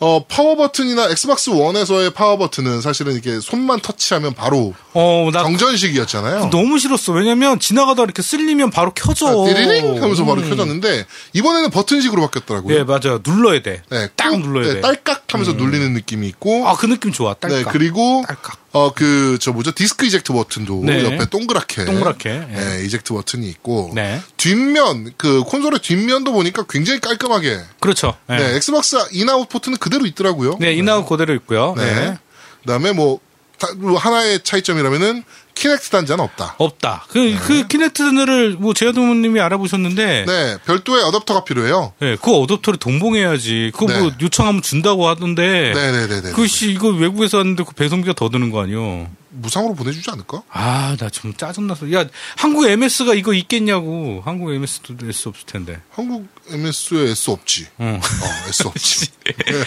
[SPEAKER 1] 어, 파워 버튼이나 엑스박스 원에서의 파워 버튼은 사실은 이렇게 손만 터치하면 바로
[SPEAKER 2] 어, 나
[SPEAKER 1] 정전식이었잖아요.
[SPEAKER 2] 너무 싫었어. 왜냐면 지나가다 이렇게 쓸리면 바로 켜져.
[SPEAKER 1] 아, 띠리링 하면서 바로
[SPEAKER 2] 음.
[SPEAKER 1] 켜졌는데 이번에는 버튼식으로 바뀌었더라고요.
[SPEAKER 2] 예, 맞아. 눌러야 돼.
[SPEAKER 1] 네,
[SPEAKER 2] 딱
[SPEAKER 1] 꾹,
[SPEAKER 2] 눌러야
[SPEAKER 1] 네,
[SPEAKER 2] 돼. 음.
[SPEAKER 1] 딸깍 하면서 눌리는 느낌이 있고
[SPEAKER 2] 아, 그 느낌 좋아. 딸깍.
[SPEAKER 1] 네, 그리고
[SPEAKER 2] 딸깍.
[SPEAKER 1] 어 그 저 뭐죠? 디스크 이젝트 버튼도
[SPEAKER 2] 네.
[SPEAKER 1] 옆에 동그랗게
[SPEAKER 2] 동그랗게, 예.
[SPEAKER 1] 네, 이젝트 버튼이 있고
[SPEAKER 2] 네.
[SPEAKER 1] 뒷면 그 콘솔의 뒷면도 보니까 굉장히 깔끔하게
[SPEAKER 2] 그렇죠. 예.
[SPEAKER 1] 네,
[SPEAKER 2] 네.
[SPEAKER 1] 엑스박스 인아웃 포트는 그대로 있더라고요.
[SPEAKER 2] 인아웃 그대로 있고요.
[SPEAKER 1] 네.
[SPEAKER 2] 예.
[SPEAKER 1] 그다음에 뭐 다- 뭐 하나의 차이점이라면은 키넥트 단자는 없다.
[SPEAKER 2] 없다. 그, 그 키네트를 뭐 제아도모님이 알아보셨는데
[SPEAKER 1] 네, 별도의 어댑터가 필요해요.
[SPEAKER 2] 예, 그 어댑터를 동봉해야지. 그거 뭐
[SPEAKER 1] 네.
[SPEAKER 2] 요청하면 준다고 하던데.
[SPEAKER 1] 네, 네, 네, 네.
[SPEAKER 2] 그씨 이거 외국에서 왔는데 그 배송비가 더 드는 거 아니요?
[SPEAKER 1] 무상으로 보내주지 않을까?
[SPEAKER 2] 아, 나 좀 짜증나서. 야, 한국 MS가 이거 있겠냐고. 한국 MS도 낼 수 없을 텐데.
[SPEAKER 1] 한국 MS에 S 없지. 어,
[SPEAKER 2] 응.
[SPEAKER 1] S 없지.
[SPEAKER 2] 음.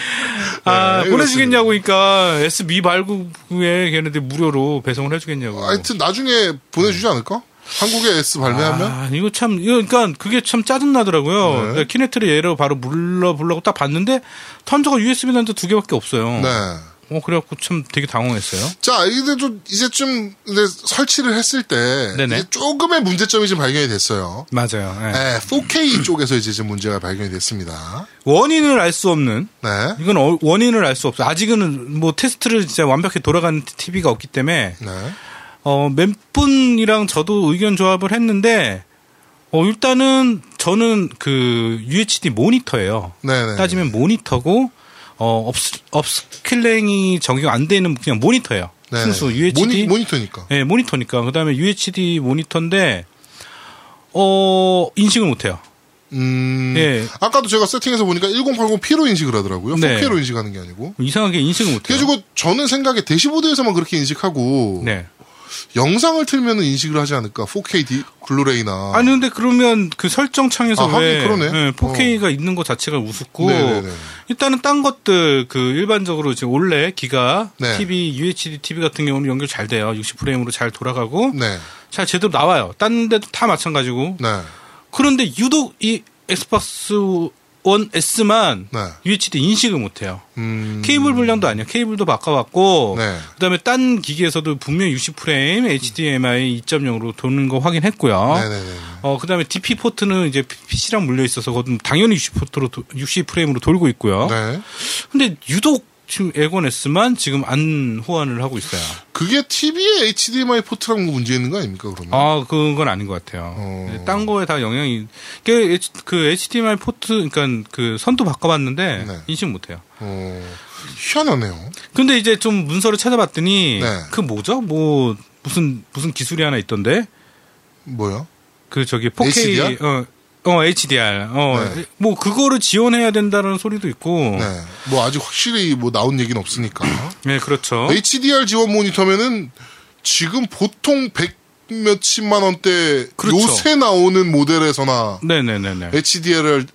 [SPEAKER 2] 아,
[SPEAKER 1] 네,
[SPEAKER 2] 보내주겠냐고, 그러니까. SB 말고에 걔네들 무료로 배송을 해주겠냐고.
[SPEAKER 1] 네, 하여튼 나중에 보내주지 않을까? 한국에 S 발매하면?
[SPEAKER 2] 아, 이거 참, 이거 그러니까 그게 참 짜증나더라고요. 그러니까 키네트를 얘로 바로 물러 보려고 딱 봤는데, 턴저가 USB 단자 두 개밖에 없어요.
[SPEAKER 1] 네.
[SPEAKER 2] 어, 그래갖고 참 되게 당황했어요.
[SPEAKER 1] 자, 이제 좀, 이제 좀, 이제 설치를 했을 때,
[SPEAKER 2] 네네.
[SPEAKER 1] 이제 조금의 문제점이 좀 발견이 됐어요.
[SPEAKER 2] 맞아요. 예.
[SPEAKER 1] 네, 4K 쪽에서 이제 좀 문제가 발견이 됐습니다.
[SPEAKER 2] 원인을 알 수 없는
[SPEAKER 1] 네.
[SPEAKER 2] 이건 어- 원인을 알 수 없어. 아직은 뭐 테스트를 진짜 완벽히 돌아가는 TV가 없기 때문에
[SPEAKER 1] 네.
[SPEAKER 2] 어, 몇 분이랑 저도 의견 조합을 했는데 어, 일단은 저는 그 UHD 모니터예요.
[SPEAKER 1] 네네.
[SPEAKER 2] 따지면 모니터고 어, 업스, 업스킬링이 적용 안 되는 그냥 모니터예요.
[SPEAKER 1] 네네.
[SPEAKER 2] 순수 UHD
[SPEAKER 1] 모니, 모니터니까.
[SPEAKER 2] 예, 모니터니까. 그다음에 UHD 모니터인데 어, 인식을 못 해요.
[SPEAKER 1] 음.
[SPEAKER 2] 예.
[SPEAKER 1] 아까도 제가 세팅해서 보니까 1080p로 인식을 하더라고요.
[SPEAKER 2] 네.
[SPEAKER 1] 4K로 인식하는 게 아니고.
[SPEAKER 2] 이상하게 인식을 못 해요.
[SPEAKER 1] 그래가지고 저는 생각에 대시보드에서만 그렇게 인식하고
[SPEAKER 2] 네.
[SPEAKER 1] 영상을 틀면은 인식을 하지 않을까 4K D, 블루레이나
[SPEAKER 2] 아니 근데 그러면 그 설정 창에서
[SPEAKER 1] 아, 하긴
[SPEAKER 2] 왜
[SPEAKER 1] 그러네.
[SPEAKER 2] 예, 4K가 있는 것 자체가 우습고
[SPEAKER 1] 네네네.
[SPEAKER 2] 일단은 딴 것들 그 일반적으로 이제 원래 기가
[SPEAKER 1] 네.
[SPEAKER 2] TV UHD TV 같은 경우는 연결 잘 돼요. 60프레임으로 잘 돌아가고
[SPEAKER 1] 네,
[SPEAKER 2] 잘 제대로 나와요. 딴 데도 다 마찬가지고
[SPEAKER 1] 네,
[SPEAKER 2] 그런데 유독 이 엑스박스 원 S만
[SPEAKER 1] 네.
[SPEAKER 2] UHD 인식을 못해요.
[SPEAKER 1] 음,
[SPEAKER 2] 케이블 분량도 아니에요. 케이블도 바꿔봤고
[SPEAKER 1] 네.
[SPEAKER 2] 그다음에 딴 기기에서도 분명 60프레임 HDMI 2.0으로 도는 거 확인했고요.
[SPEAKER 1] 네네네.
[SPEAKER 2] 어, 그 다음에 DP 포트는 이제 PC랑 물려 있어서 그건 당연히 60포트로, 60프레임으로 돌고 있고요.
[SPEAKER 1] 네.
[SPEAKER 2] 근데 유독 지금 에곤 S만 지금 안 호환을 하고 있어요.
[SPEAKER 1] 그게 TV에 HDMI 포트랑 문제 있는 거 아닙니까 그러면?
[SPEAKER 2] 아, 그건 아닌 것 같아요.
[SPEAKER 1] 어.
[SPEAKER 2] 딴 거에 다 영향이. 그, H- 그 HDMI 포트, 그러니까 그 선도 바꿔봤는데
[SPEAKER 1] 네.
[SPEAKER 2] 인식 못해요.
[SPEAKER 1] 어, 희한하네요.
[SPEAKER 2] 근데 이제 좀 문서를 찾아봤더니
[SPEAKER 1] 네.
[SPEAKER 2] 그 뭐죠? 뭐 무슨 무슨 기술이 하나 있던데
[SPEAKER 1] 뭐야?
[SPEAKER 2] 그 저기 4K
[SPEAKER 1] HDR?
[SPEAKER 2] 어, 어 HDR 어
[SPEAKER 1] 네.
[SPEAKER 2] 뭐 그거를 지원해야 된다는 소리도 있고 네,
[SPEAKER 1] 네. 뭐 아직 확실히 뭐 나온 얘기는 없으니까.
[SPEAKER 2] 그렇죠.
[SPEAKER 1] HDR 지원 모니터면은 지금 보통 100 몇십만 원대
[SPEAKER 2] 그렇죠.
[SPEAKER 1] 요새 나오는 모델에서나
[SPEAKER 2] 네네네네.
[SPEAKER 1] HDR을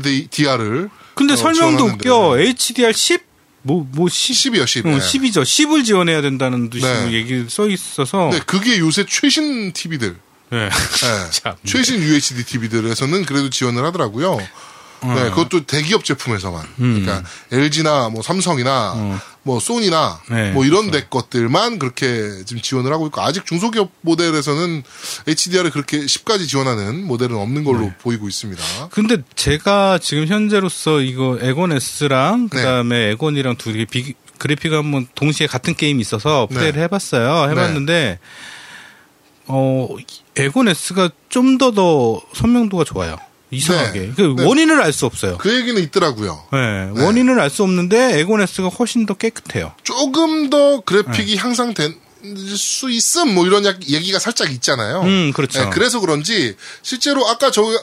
[SPEAKER 1] HDR을
[SPEAKER 2] 근데
[SPEAKER 1] 어,
[SPEAKER 2] 설명도
[SPEAKER 1] 지원하는데.
[SPEAKER 2] 웃겨 HDR 10 뭐뭐 10.
[SPEAKER 1] 10이요, 10.
[SPEAKER 2] 어,
[SPEAKER 1] 네.
[SPEAKER 2] 10이죠. 10을 지원해야 된다는 듯이
[SPEAKER 1] 네.
[SPEAKER 2] 얘기 써 있어서
[SPEAKER 1] 네, 그게 요새 최신 TV들.
[SPEAKER 2] 네.
[SPEAKER 1] 네.
[SPEAKER 2] 참.
[SPEAKER 1] 최신 UHD TV들에서는 그래도 지원을 하더라고요.
[SPEAKER 2] 음.
[SPEAKER 1] 네, 그것도 대기업 제품에서만. 그러니까 LG나 뭐 삼성이나 뭐 소니나
[SPEAKER 2] 음. 네,
[SPEAKER 1] 뭐 이런 데 것들만 그렇게 지금 지원을 하고 있고 아직 중소기업 모델에서는 HDR을 그렇게 10까지 지원하는 모델은 없는 걸로
[SPEAKER 2] 네.
[SPEAKER 1] 보이고 있습니다.
[SPEAKER 2] 근데 제가 지금 현재로서 이거 에곤 S랑
[SPEAKER 1] 네.
[SPEAKER 2] 그다음에 에곤이랑 두 개 비 그래픽 한번 동시에 같은 게임이 있어서
[SPEAKER 1] 네.
[SPEAKER 2] 플레이를 해봤어요. 해봤는데 어 에곤 S가 좀 더 더 선명도가 좋아요. 이상하게
[SPEAKER 1] 네.
[SPEAKER 2] 그
[SPEAKER 1] 네.
[SPEAKER 2] 원인을 알 수 없어요.
[SPEAKER 1] 그 얘기는 있더라고요.
[SPEAKER 2] 네. 원인을 알 수 없는데 에곤 S가 훨씬 더 깨끗해요.
[SPEAKER 1] 조금 더
[SPEAKER 2] 네.
[SPEAKER 1] 그래픽이 향상된 수 있음 뭐 이런 약- 얘기가 살짝 있잖아요.
[SPEAKER 2] 음, 그렇죠.
[SPEAKER 1] 네, 그래서 그런지 실제로 아까 저뭐그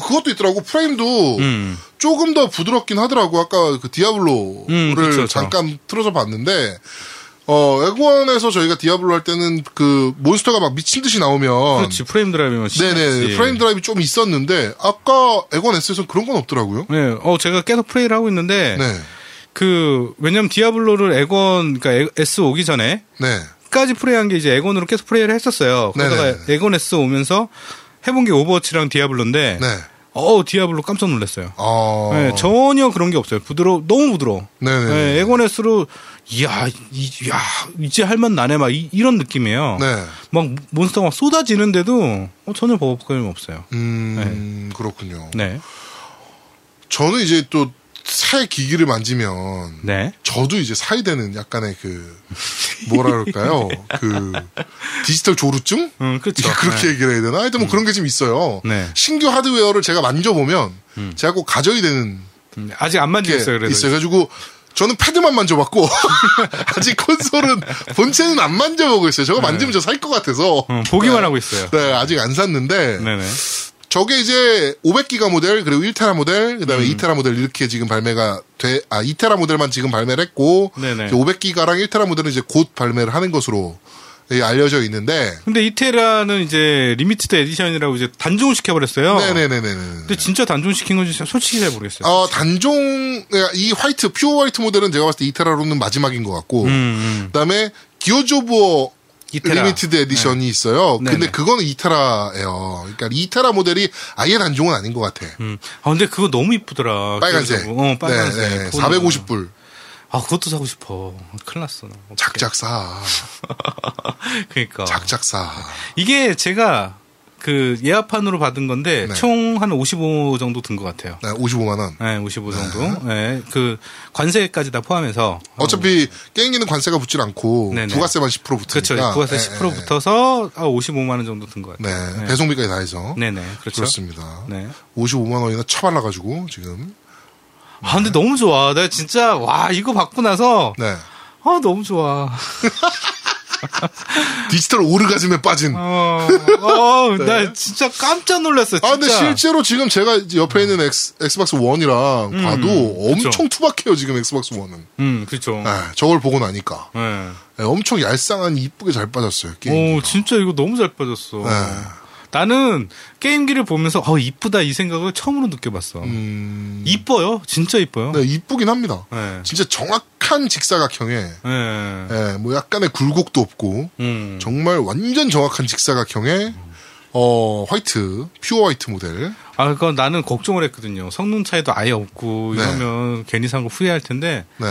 [SPEAKER 1] 그것도 있더라고 프레임도
[SPEAKER 2] 음.
[SPEAKER 1] 조금 더 부드럽긴 하더라고 아까 그 디아블로를
[SPEAKER 2] 음, 그쵸, 그쵸.
[SPEAKER 1] 잠깐 틀어서 봤는데 어 에고원에서 저희가 디아블로 할 때는 그 몬스터가 막 미친 듯이 나오면
[SPEAKER 2] 그렇지 예. 프레임 드라이브면
[SPEAKER 1] 네네 프레임 드라이브 좀 있었는데 아까 에고원 S에서는 그런 건 없더라고요.
[SPEAKER 2] 네, 어 제가 계속 플레이를 하고 있는데
[SPEAKER 1] 네, 그
[SPEAKER 2] 그 왜냐면 디아블로를 에곤 그러니까 에- S 오기 전에
[SPEAKER 1] 네,
[SPEAKER 2] 까지 플레이한 게 이제 에곤으로 계속 플레이를 했었어요. 그러다가
[SPEAKER 1] 네네.
[SPEAKER 2] 에곤 S 오면서 해본 게 오버워치랑 디아블로인데
[SPEAKER 1] 네,
[SPEAKER 2] 어 디아블로 깜짝 놀랐어요.
[SPEAKER 1] 어,
[SPEAKER 2] 네, 전혀 그런 게 없어요. 부드러 너무 부드러워.
[SPEAKER 1] 네네.
[SPEAKER 2] 네, 에곤 S로 이야 이, 야 이제 할만 나네 막 이, 런 느낌이에요.
[SPEAKER 1] 네.
[SPEAKER 2] 막 몬스터가 막 쏟아지는데도 어, 전혀 버벅거림 없어요.
[SPEAKER 1] 음 그렇군요.
[SPEAKER 2] 네,
[SPEAKER 1] 저는 이제 또 새 기기를 만지면
[SPEAKER 2] 네.
[SPEAKER 1] 저도 이제 사이되는 약간의 그 뭐라 그럴까요? 그 디지털 조루증?
[SPEAKER 2] 음, 그렇죠.
[SPEAKER 1] 아, 그렇게 얘기를 해야 되나? 하여튼 뭐 그런 게 좀 있어요.
[SPEAKER 2] 네.
[SPEAKER 1] 신규 하드웨어를 제가 만져보면 제가 꼭 가져야 되는
[SPEAKER 2] 네. 아직 안
[SPEAKER 1] 게
[SPEAKER 2] 만지겠어요. 그래서
[SPEAKER 1] 있어가지고 저는 패드만 만져봤고 아직 콘솔은 본체는 안 만져보고 있어요. 저거 만지면 저 살 것 같아서
[SPEAKER 2] 네. 음, 보기만 하고 있어요.
[SPEAKER 1] 네, 아직 안 샀는데
[SPEAKER 2] 네네.
[SPEAKER 1] 저게 이제 500기가 모델 그리고 1테라 모델 그다음에 2테라 모델 이렇게 지금 발매가 돼 아 2테라 모델만 지금 발매를 했고
[SPEAKER 2] 네네.
[SPEAKER 1] 500기가랑 1테라 모델은 이제 곧 발매를 하는 것으로 예, 알려져 있는데
[SPEAKER 2] 근데 이테라는 이제 리미티드 에디션이라고 이제 단종을 시켜버렸어요.
[SPEAKER 1] 네네네네.
[SPEAKER 2] 근데 진짜 단종시킨 건지 잘- 솔직히 잘 모르겠어요.
[SPEAKER 1] 어 단종 예, 이 화이트 퓨어 화이트 모델은 제가 봤을 때 2테라로는 마지막인 것 같고 그다음에 기어즈 오브 워
[SPEAKER 2] 음, 2테라.
[SPEAKER 1] 리미티드 에디션이 있어요.
[SPEAKER 2] 네네.
[SPEAKER 1] 근데 그거는 2테라예요. 그러니까 2테라 모델이 아예 단종은 아닌 것 같아.
[SPEAKER 2] 음. 아, 근데 그거 너무 이쁘더라.
[SPEAKER 1] 빨간색.
[SPEAKER 2] 그래가지고. 어, 빨간색.
[SPEAKER 1] 네, 네.
[SPEAKER 2] 그거
[SPEAKER 1] 450불.
[SPEAKER 2] 아, 그것도 사고 싶어. 큰일 났어. 나. 어떡해.
[SPEAKER 1] 작작 사.
[SPEAKER 2] 그러니까.
[SPEAKER 1] 작작 사.
[SPEAKER 2] 이게 제가 그 예약판으로 받은 건데 총 한 55 정도 든 것 같아요.
[SPEAKER 1] 네, 55만 원.
[SPEAKER 2] 네, 55 정도. 네, 그 관세까지 다 포함해서.
[SPEAKER 1] 어차피 게임기는 관세가 붙질 않고
[SPEAKER 2] 네네.
[SPEAKER 1] 부가세만 10%
[SPEAKER 2] 그렇죠.
[SPEAKER 1] 붙으니까.
[SPEAKER 2] 부가세
[SPEAKER 1] 예,
[SPEAKER 2] 10%
[SPEAKER 1] 예.
[SPEAKER 2] 붙어서 아, 55만 원 정도 든 것 같아요.
[SPEAKER 1] 네, 배송비까지 다 해서.
[SPEAKER 2] 네, 네. 그렇죠.
[SPEAKER 1] 그렇습니다.
[SPEAKER 2] 네.
[SPEAKER 1] 55만 원이나 쳐발라가지고 지금.
[SPEAKER 2] 아, 근데 너무 좋아. 나 진짜, 와, 이거 받고 나서,
[SPEAKER 1] 네.
[SPEAKER 2] 아, 너무 좋아.
[SPEAKER 1] 디지털 오르가즘에 빠진.
[SPEAKER 2] 어, 어, 나 진짜 깜짝 놀랐어. 진짜.
[SPEAKER 1] 네. 아, 근데 실제로 지금 제가 이제 옆에 있는 엑스, 엑스박스 원이랑 봐도 엄청 투박해요, 지금 엑스박스 원은 네,
[SPEAKER 2] 음, 그렇죠.
[SPEAKER 1] 저걸 보고 나니까.
[SPEAKER 2] 네.
[SPEAKER 1] 예, 엄청 얄쌍한 이쁘게 잘 빠졌어요, 게임.
[SPEAKER 2] 오, 진짜 이거 너무 잘 빠졌어.
[SPEAKER 1] 네.
[SPEAKER 2] 나는 게임기를 보면서, 아, 이쁘다 이 생각을 처음으로 느껴봤어.
[SPEAKER 1] 음,
[SPEAKER 2] 이뻐요. 진짜 이뻐요.
[SPEAKER 1] 네, 이쁘긴 합니다.
[SPEAKER 2] 네.
[SPEAKER 1] 진짜 정확한 직사각형에
[SPEAKER 2] 네.
[SPEAKER 1] 예, 뭐 약간의 굴곡도 없고
[SPEAKER 2] 음.
[SPEAKER 1] 정말 완전 정확한 직사각형의 어 화이트 퓨어 화이트 모델.
[SPEAKER 2] 아, 그건 나는 걱정을 했거든요. 성능 차이도 아예 없고,
[SPEAKER 1] 네.
[SPEAKER 2] 이러면 괜히 산 거 후회할 텐데,
[SPEAKER 1] 네,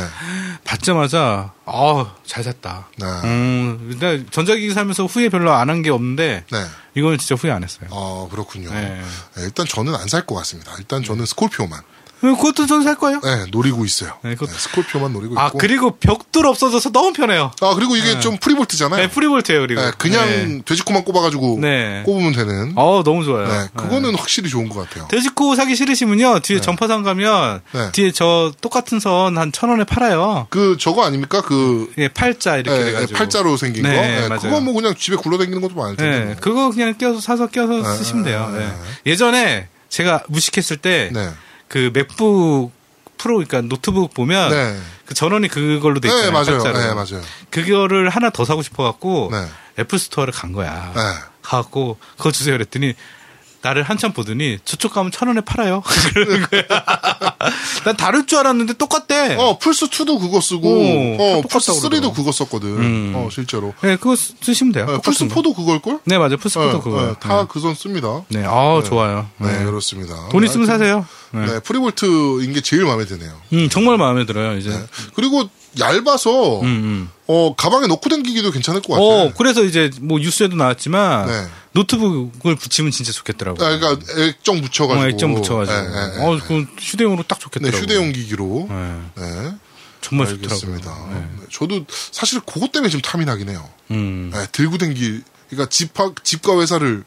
[SPEAKER 2] 받자마자, 아, 잘 샀다.
[SPEAKER 1] 네,
[SPEAKER 2] 음, 근데 전자기기 사면서 후회 별로 안 한 게 없는데,
[SPEAKER 1] 네.
[SPEAKER 2] 이건 진짜 후회 안 했어요.
[SPEAKER 1] 어 그렇군요.
[SPEAKER 2] 네.
[SPEAKER 1] 예, 일단 저는 안 살 것 같습니다. 일단 저는 스콜피오만.
[SPEAKER 2] 음, 그것도 저는 살 거예요.
[SPEAKER 1] 네, 노리고 있어요.
[SPEAKER 2] 네, 그거-
[SPEAKER 1] 네, 스콜피오만 노리고
[SPEAKER 2] 아,
[SPEAKER 1] 있고.
[SPEAKER 2] 그리고 벽돌 없어져서 너무 편해요.
[SPEAKER 1] 아, 그리고 이게 좀 프리볼트잖아요.
[SPEAKER 2] 네, 프리볼트예요 그리고.
[SPEAKER 1] 네, 그냥
[SPEAKER 2] 네.
[SPEAKER 1] 돼지코만 꼽아가지고
[SPEAKER 2] 네.
[SPEAKER 1] 꼽으면 되는.
[SPEAKER 2] 어, 너무 좋아요. 네.
[SPEAKER 1] 네, 그거는 확실히 좋은 것 같아요.
[SPEAKER 2] 돼지코 사기 싫으시면요, 뒤에 전파상 가면,
[SPEAKER 1] 네.
[SPEAKER 2] 뒤에 저 똑같은 선 한 천 원에 팔아요.
[SPEAKER 1] 그 저거 아닙니까? 그
[SPEAKER 2] 예, 팔자 이렇게
[SPEAKER 1] 예,
[SPEAKER 2] 돼가지고.
[SPEAKER 1] 팔자로 생긴 거.
[SPEAKER 2] 네,
[SPEAKER 1] 예,
[SPEAKER 2] 맞아요.
[SPEAKER 1] 그거 뭐 그냥 집에 굴러다니는 것도 많을 텐데.
[SPEAKER 2] 예, 그거 그냥 껴서 사서 껴서
[SPEAKER 1] 아,
[SPEAKER 2] 쓰시면 돼요.
[SPEAKER 1] 아,
[SPEAKER 2] 예.
[SPEAKER 1] 아.
[SPEAKER 2] 예전에 제가 무식했을 때,
[SPEAKER 1] 네.
[SPEAKER 2] 그 맥북 프로, 그러니까 노트북 보면,
[SPEAKER 1] 네.
[SPEAKER 2] 그 전원이 그걸로 돼
[SPEAKER 1] 네,
[SPEAKER 2] 있잖아요.
[SPEAKER 1] 맞아요.
[SPEAKER 2] 팔자로.
[SPEAKER 1] 네, 맞아요.
[SPEAKER 2] 그거를 하나 더 사고 싶어갖고,
[SPEAKER 1] 네.
[SPEAKER 2] 애플스토어를 간 거야.
[SPEAKER 1] 네.
[SPEAKER 2] 가갖고, 그거 주세요. 그랬더니, 나를 한참 보더니, 저쪽 가면 천 원에 팔아요. 그러는 거야. 난 다를 줄 알았는데 똑같대.
[SPEAKER 1] 어, 플스 2도 그거 쓰고,
[SPEAKER 2] 오,
[SPEAKER 1] 어,
[SPEAKER 2] 똑같다고
[SPEAKER 1] 플스 3도
[SPEAKER 2] 그러더라고.
[SPEAKER 1] 그거 썼거든. 어, 실제로.
[SPEAKER 2] 네, 그거 쓰- 쓰시면 돼요.
[SPEAKER 1] 예, 플스
[SPEAKER 2] 똑같은 거.
[SPEAKER 1] 4도 그걸걸?
[SPEAKER 2] 네, 맞아요. 플스4도
[SPEAKER 1] 예,
[SPEAKER 2] 그거.
[SPEAKER 1] 예, 다 그 선 씁니다.
[SPEAKER 2] 네, 아 좋아요.
[SPEAKER 1] 네,
[SPEAKER 2] 네.
[SPEAKER 1] 그렇습니다.
[SPEAKER 2] 돈 있으면 사세요.
[SPEAKER 1] 네.
[SPEAKER 2] 네.
[SPEAKER 1] 프리볼트인 게 제일 마음에 드네요.
[SPEAKER 2] 음, 정말 마음에 들어요, 이제.
[SPEAKER 1] 네. 그리고 얇아서,
[SPEAKER 2] 음, 음.
[SPEAKER 1] 어, 가방에 넣고 다니기도 괜찮을 것 같아요.
[SPEAKER 2] 어, 그래서 이제 뭐 뉴스에도 나왔지만
[SPEAKER 1] 네.
[SPEAKER 2] 노트북을 붙이면 진짜 좋겠더라고요.
[SPEAKER 1] 아, 그러니까 액정 묻혀가지고.
[SPEAKER 2] 어, 액정 붙여가지고.
[SPEAKER 1] 예, 예, 예.
[SPEAKER 2] 어, 그 휴대용으로 딱
[SPEAKER 1] 네,
[SPEAKER 2] 좋겠더라고요.
[SPEAKER 1] 휴대용 기기로.
[SPEAKER 2] 네,
[SPEAKER 1] 네.
[SPEAKER 2] 정말
[SPEAKER 1] 알겠습니다.
[SPEAKER 2] 좋더라고요.
[SPEAKER 1] 네, 저도 사실 그것 때문에 지금 탐이 나긴 해요.
[SPEAKER 2] 음.
[SPEAKER 1] 네, 들고 댕기, 그러니까 집학, 집과 회사를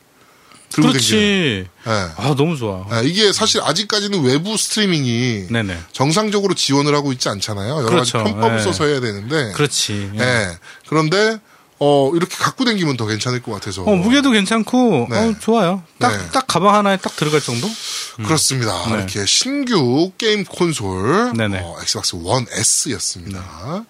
[SPEAKER 1] 들고 댕기는.
[SPEAKER 2] 그렇지.
[SPEAKER 1] 네.
[SPEAKER 2] 아, 너무 좋아.
[SPEAKER 1] 네, 이게 사실 아직까지는 외부 스트리밍이
[SPEAKER 2] 네네.
[SPEAKER 1] 정상적으로 지원을 하고 있지 않잖아요. 여러
[SPEAKER 2] 그렇죠.
[SPEAKER 1] 가지 편법을
[SPEAKER 2] 네.
[SPEAKER 1] 써서 해야 되는데.
[SPEAKER 2] 그렇지. 네.
[SPEAKER 1] 예. 그런데 어 이렇게 갖고 다니면 더 괜찮을 것 같아서.
[SPEAKER 2] 어, 무게도 괜찮고,
[SPEAKER 1] 네.
[SPEAKER 2] 어, 좋아요. 딱,
[SPEAKER 1] 네.
[SPEAKER 2] 딱 가방 하나에 딱 들어갈 정도?
[SPEAKER 1] 음. 그렇습니다.
[SPEAKER 2] 네.
[SPEAKER 1] 이렇게 신규 게임 콘솔
[SPEAKER 2] 네네. 네.
[SPEAKER 1] 어, 엑스박스 원 S였습니다.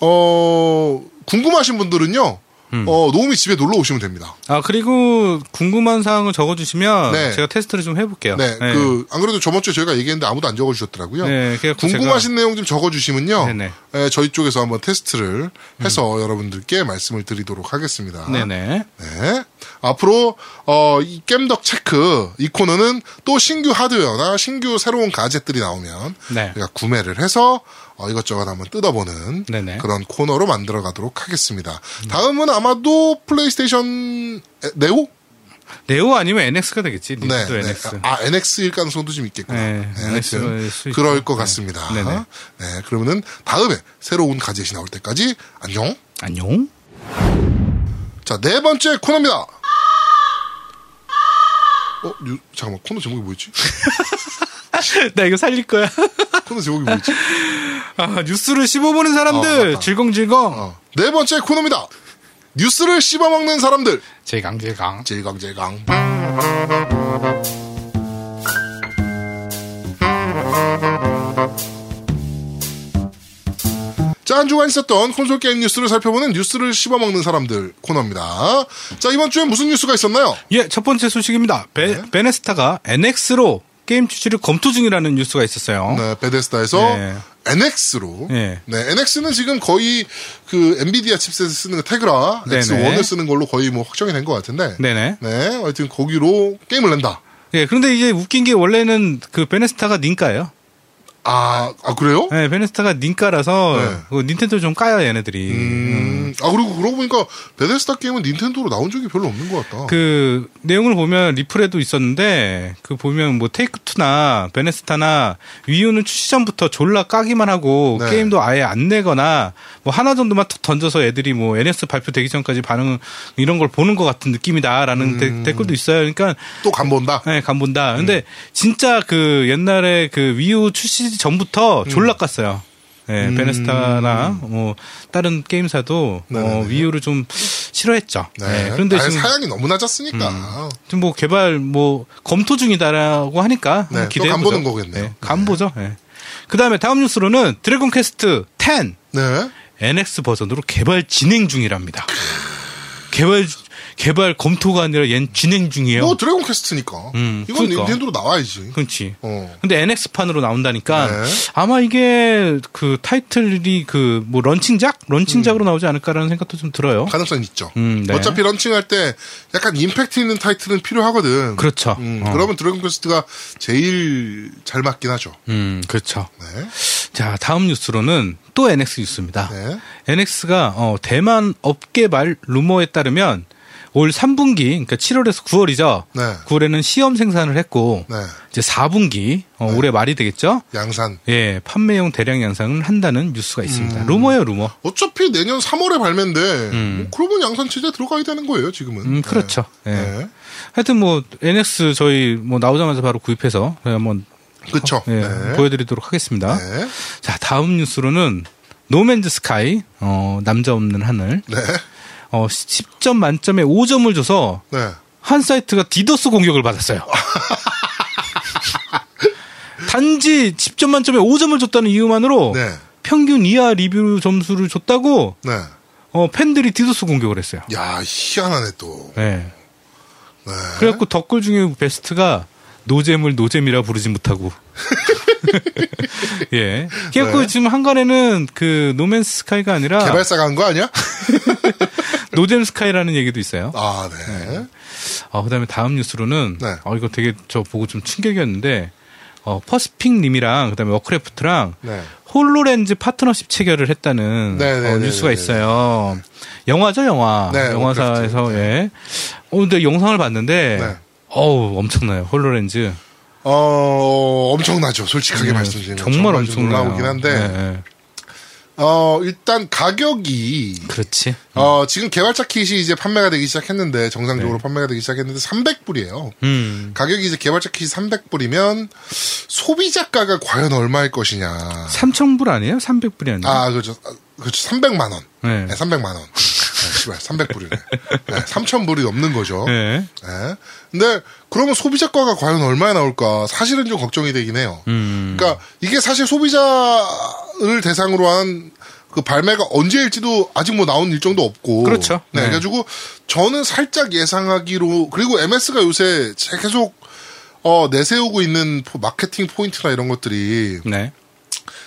[SPEAKER 1] 어 궁금하신 분들은요.
[SPEAKER 2] 음.
[SPEAKER 1] 어 노우미 집에 놀러 오시면 됩니다.
[SPEAKER 2] 아, 그리고 궁금한 사항을 적어주시면
[SPEAKER 1] 네.
[SPEAKER 2] 제가 테스트를 좀 해볼게요.
[SPEAKER 1] 네, 그 안 그래도 저번 주에 저희가 얘기했는데 아무도 안 적어주셨더라고요.
[SPEAKER 2] 네, 그래서
[SPEAKER 1] 궁금하신 내용 좀 적어주시면요.
[SPEAKER 2] 네네. 음.
[SPEAKER 1] 예, 저희 쪽에서 한번 테스트를 해서 여러분들께 말씀을 드리도록 하겠습니다.
[SPEAKER 2] 네네.
[SPEAKER 1] 네. 앞으로 어, 이 겜덕 체크 이 코너는 또 신규 하드웨어나 신규 새로운 가젯들이 나오면
[SPEAKER 2] 네.
[SPEAKER 1] 우리가 구매를 해서 어, 이것저것 한번 뜯어보는
[SPEAKER 2] 네네.
[SPEAKER 1] 그런 코너로 만들어 가도록 하겠습니다. 다음은 아마도 플레이스테이션 에- 네오?
[SPEAKER 2] 네오 아니면 NX가 되겠지. 닌텐도
[SPEAKER 1] 네.
[SPEAKER 2] NX.
[SPEAKER 1] 아, NX일 가능성도 좀 있겠구나.
[SPEAKER 2] 네,
[SPEAKER 1] 하여튼
[SPEAKER 2] NX 일수 있죠.
[SPEAKER 1] 그럴 것 같습니다.
[SPEAKER 2] 네네.
[SPEAKER 1] 네, 그러면은 다음에 새로운 가젯이 나올 때까지 안녕.
[SPEAKER 2] 안녕.
[SPEAKER 1] 자, 네 번째 코너입니다. 어, 유- 잠깐만, 코너 제목이 뭐였지?
[SPEAKER 2] 나 이거 살릴 거야.
[SPEAKER 1] 코너 제목이 뭐였지?
[SPEAKER 2] 아, 뉴스를 씹어보는
[SPEAKER 1] 어,
[SPEAKER 2] 사람들
[SPEAKER 1] 맞다.
[SPEAKER 2] 질겅질겅.
[SPEAKER 1] 어. 네 번째 코너입니다. 뉴스를 씹어먹는 사람들.
[SPEAKER 2] 제강제강.
[SPEAKER 1] 제강제강. 자, 한 주간 있었던 콘솔 게임 뉴스를 살펴보는 뉴스를 씹어먹는 사람들 코너입니다. 자, 이번 주에 무슨 뉴스가 있었나요?
[SPEAKER 2] 예, 첫 번째 소식입니다. 베, 베네스타가 NX로 게임 출시를 검토 중이라는 뉴스가 있었어요.
[SPEAKER 1] 네, 베데스다에서
[SPEAKER 2] 네.
[SPEAKER 1] NX로.
[SPEAKER 2] 네.
[SPEAKER 1] 네, NX는 지금 거의 그 엔비디아 칩셋을 쓰는 그 테그라
[SPEAKER 2] 네네.
[SPEAKER 1] X1을 쓰는 걸로 거의 뭐 확정이 된 것 같은데.
[SPEAKER 2] 네네.
[SPEAKER 1] 네, 하여튼 거기로 게임을 낸다.
[SPEAKER 2] 예, 그런데 이게 웃긴 게 원래는 그 베네스타가 닌가예요.
[SPEAKER 1] 아, 아 그래요?
[SPEAKER 2] 예, 베네스타가 닌가라서
[SPEAKER 1] 네.
[SPEAKER 2] 그 닌텐도 좀 까요, 얘네들이.
[SPEAKER 1] 음, 아 그리고 그러고 보니까 베데스다 게임은 닌텐도로 나온 적이 별로 없는 것 같다.
[SPEAKER 2] 그 내용을 보면 리플에도 있었는데 그 보면 뭐 테이크 투나 베네스타나 위유는 출시 전부터 졸라 까기만 하고
[SPEAKER 1] 네.
[SPEAKER 2] 게임도 아예 안 내거나 뭐 하나 정도만 툭 던져서 애들이 뭐 NS 발표되기 전까지 반응 이런 걸 보는 것 같은 느낌이다라는 데-
[SPEAKER 1] 음.
[SPEAKER 2] 댓글도 있어요. 그러니까
[SPEAKER 1] 또 간 본다.
[SPEAKER 2] 네, 간 본다.
[SPEAKER 1] 음.
[SPEAKER 2] 근데 진짜 그 옛날에 그 위유 출시
[SPEAKER 1] 음.
[SPEAKER 2] 전부터 졸라 깠어요. 예, 베네스타나 뭐 다른 게임사도 어,
[SPEAKER 1] 네네네.
[SPEAKER 2] 위유를 좀 싫어했죠.
[SPEAKER 1] 네.
[SPEAKER 2] 예, 그런데
[SPEAKER 1] 아니,
[SPEAKER 2] 지금
[SPEAKER 1] 사양이 너무 낮았으니까.
[SPEAKER 2] 지금 뭐 개발 뭐 검토 중이다라고 하니까
[SPEAKER 1] 네,
[SPEAKER 2] 기대해
[SPEAKER 1] 또간 보는 거겠네요.
[SPEAKER 2] 간 보죠. 예. 그다음에 다음 뉴스로는 드래곤 퀘스트 10
[SPEAKER 1] 네.
[SPEAKER 2] NX 버전으로 개발 진행 중이랍니다. 개발 개발 검토가 아니라 얜 진행 중이에요.
[SPEAKER 1] 뭐 드래곤 퀘스트니까.
[SPEAKER 2] 음,
[SPEAKER 1] 이건
[SPEAKER 2] 그러니까.
[SPEAKER 1] 닌텐도로 나와야지.
[SPEAKER 2] 그렇지.
[SPEAKER 1] 어.
[SPEAKER 2] 근데 NX판으로 나온다니까
[SPEAKER 1] 네.
[SPEAKER 2] 아마 이게 그 타이틀이 그 뭐 런칭작? 런칭작으로 나오지 않을까라는 생각도 좀 들어요.
[SPEAKER 1] 음. 가능성이 있죠.
[SPEAKER 2] 음, 네.
[SPEAKER 1] 어차피 런칭할 때 약간 임팩트 있는 타이틀은 필요하거든.
[SPEAKER 2] 그렇죠.
[SPEAKER 1] 음,
[SPEAKER 2] 어.
[SPEAKER 1] 그러면 드래곤 퀘스트가 제일 잘 맞긴 하죠.
[SPEAKER 2] 음, 그렇죠.
[SPEAKER 1] 네.
[SPEAKER 2] 자, 다음 뉴스로는 또 NX 뉴스입니다.
[SPEAKER 1] 네.
[SPEAKER 2] 어, NX가 대만 업계 말 루머에 따르면 올 3분기, 그러니까 7월에서 9월이죠.
[SPEAKER 1] 네.
[SPEAKER 2] 9월에는 시험 생산을 했고
[SPEAKER 1] 네.
[SPEAKER 2] 이제 4분기 어, 올해 말이 되겠죠.
[SPEAKER 1] 양산.
[SPEAKER 2] 예, 판매용 대량 양산을 한다는 뉴스가 있습니다.
[SPEAKER 1] 음.
[SPEAKER 2] 루머예요, 루머.
[SPEAKER 1] 어차피 내년 3월에 발매인데 뭐 그러면 양산 체제 들어가야 되는 거예요 지금은.
[SPEAKER 2] 음, 그렇죠.
[SPEAKER 1] 네.
[SPEAKER 2] 예.
[SPEAKER 1] 네.
[SPEAKER 2] 하여튼 뭐 NX 저희 뭐 나오자마자 바로 구입해서 저희 한번
[SPEAKER 1] 그렇죠.
[SPEAKER 2] 예,
[SPEAKER 1] 네.
[SPEAKER 2] 보여드리도록 하겠습니다.
[SPEAKER 1] 네.
[SPEAKER 2] 자, 다음 뉴스로는 노맨즈 스카이, 어, 남자 없는 하늘,
[SPEAKER 1] 네.
[SPEAKER 2] 어, 10점 만점에 5점을 줘서
[SPEAKER 1] 네.
[SPEAKER 2] 한 사이트가 디더스 공격을 받았어요. 단지 10점 만점에 5점을 줬다는 이유만으로
[SPEAKER 1] 네.
[SPEAKER 2] 평균 이하 리뷰 점수를 줬다고
[SPEAKER 1] 네.
[SPEAKER 2] 어, 팬들이 디더스 공격을 했어요.
[SPEAKER 1] 야 희한하네 또.
[SPEAKER 2] 네.
[SPEAKER 1] 네.
[SPEAKER 2] 그래갖고 댓글 중에 베스트가 노잼을 노잼이라 부르지 못하고. 예. 그래갖고
[SPEAKER 1] 네.
[SPEAKER 2] 지금 한간에는 그 노맨스 스카이가 아니라
[SPEAKER 1] 개발사가 한 거 아니야?
[SPEAKER 2] 노잼 스카이라는 얘기도 있어요.
[SPEAKER 1] 아 네.
[SPEAKER 2] 어, 그다음에 다음 뉴스로는
[SPEAKER 1] 네.
[SPEAKER 2] 어, 이거 되게 저 보고 좀 충격이었는데 어, 퍼스픽 님이랑 그다음에 워크래프트랑
[SPEAKER 1] 네.
[SPEAKER 2] 홀로렌즈 파트너십 체결을 했다는
[SPEAKER 1] 네, 네,
[SPEAKER 2] 어,
[SPEAKER 1] 네,
[SPEAKER 2] 뉴스가
[SPEAKER 1] 네, 네.
[SPEAKER 2] 있어요. 영화죠, 영화.
[SPEAKER 1] 네,
[SPEAKER 2] 영화사에서 예. 어, 근데 영상을 봤는데
[SPEAKER 1] 네.
[SPEAKER 2] 어우, 엄청나요. 홀로렌즈.
[SPEAKER 1] 어 엄청나죠. 솔직하게
[SPEAKER 2] 네,
[SPEAKER 1] 말씀드리면
[SPEAKER 2] 정말
[SPEAKER 1] 좀
[SPEAKER 2] 엄청나요.
[SPEAKER 1] 놀라우긴 한데
[SPEAKER 2] 네, 네.
[SPEAKER 1] 어 일단 가격이
[SPEAKER 2] 그렇지.
[SPEAKER 1] 어 지금 개발자 킷이 이제 판매가 되기 시작했는데
[SPEAKER 2] 네.
[SPEAKER 1] 정상적으로 판매가 되기 시작했는데 300불이에요.
[SPEAKER 2] 음.
[SPEAKER 1] 가격이 이제 개발자 킷이 300불이면 소비자가가 과연 얼마일 것이냐.
[SPEAKER 2] 3,000불 아니에요? 300불이 아니에요?
[SPEAKER 1] 아 그렇죠. 아, 그렇죠. 300만 원.
[SPEAKER 2] 네.
[SPEAKER 1] 네, 300만 원. 네, 씨발 300불이네. 네, 3,000불이 넘는 거죠. 네.
[SPEAKER 2] 네.
[SPEAKER 1] 근데 그러면 소비자가가 과연 얼마에 나올까? 사실은 좀 걱정이 되긴 해요.
[SPEAKER 2] 음.
[SPEAKER 1] 그러니까 이게 사실 소비자를 대상으로 한 그 발매가 언제일지도 아직 뭐 나온 일정도 없고
[SPEAKER 2] 그렇죠.
[SPEAKER 1] 네,
[SPEAKER 2] 네.
[SPEAKER 1] 그래가지고 저는 살짝 예상하기로 그리고 MS가 요새 계속 어 내세우고 있는 포- 마케팅 포인트나 이런 것들이
[SPEAKER 2] 네.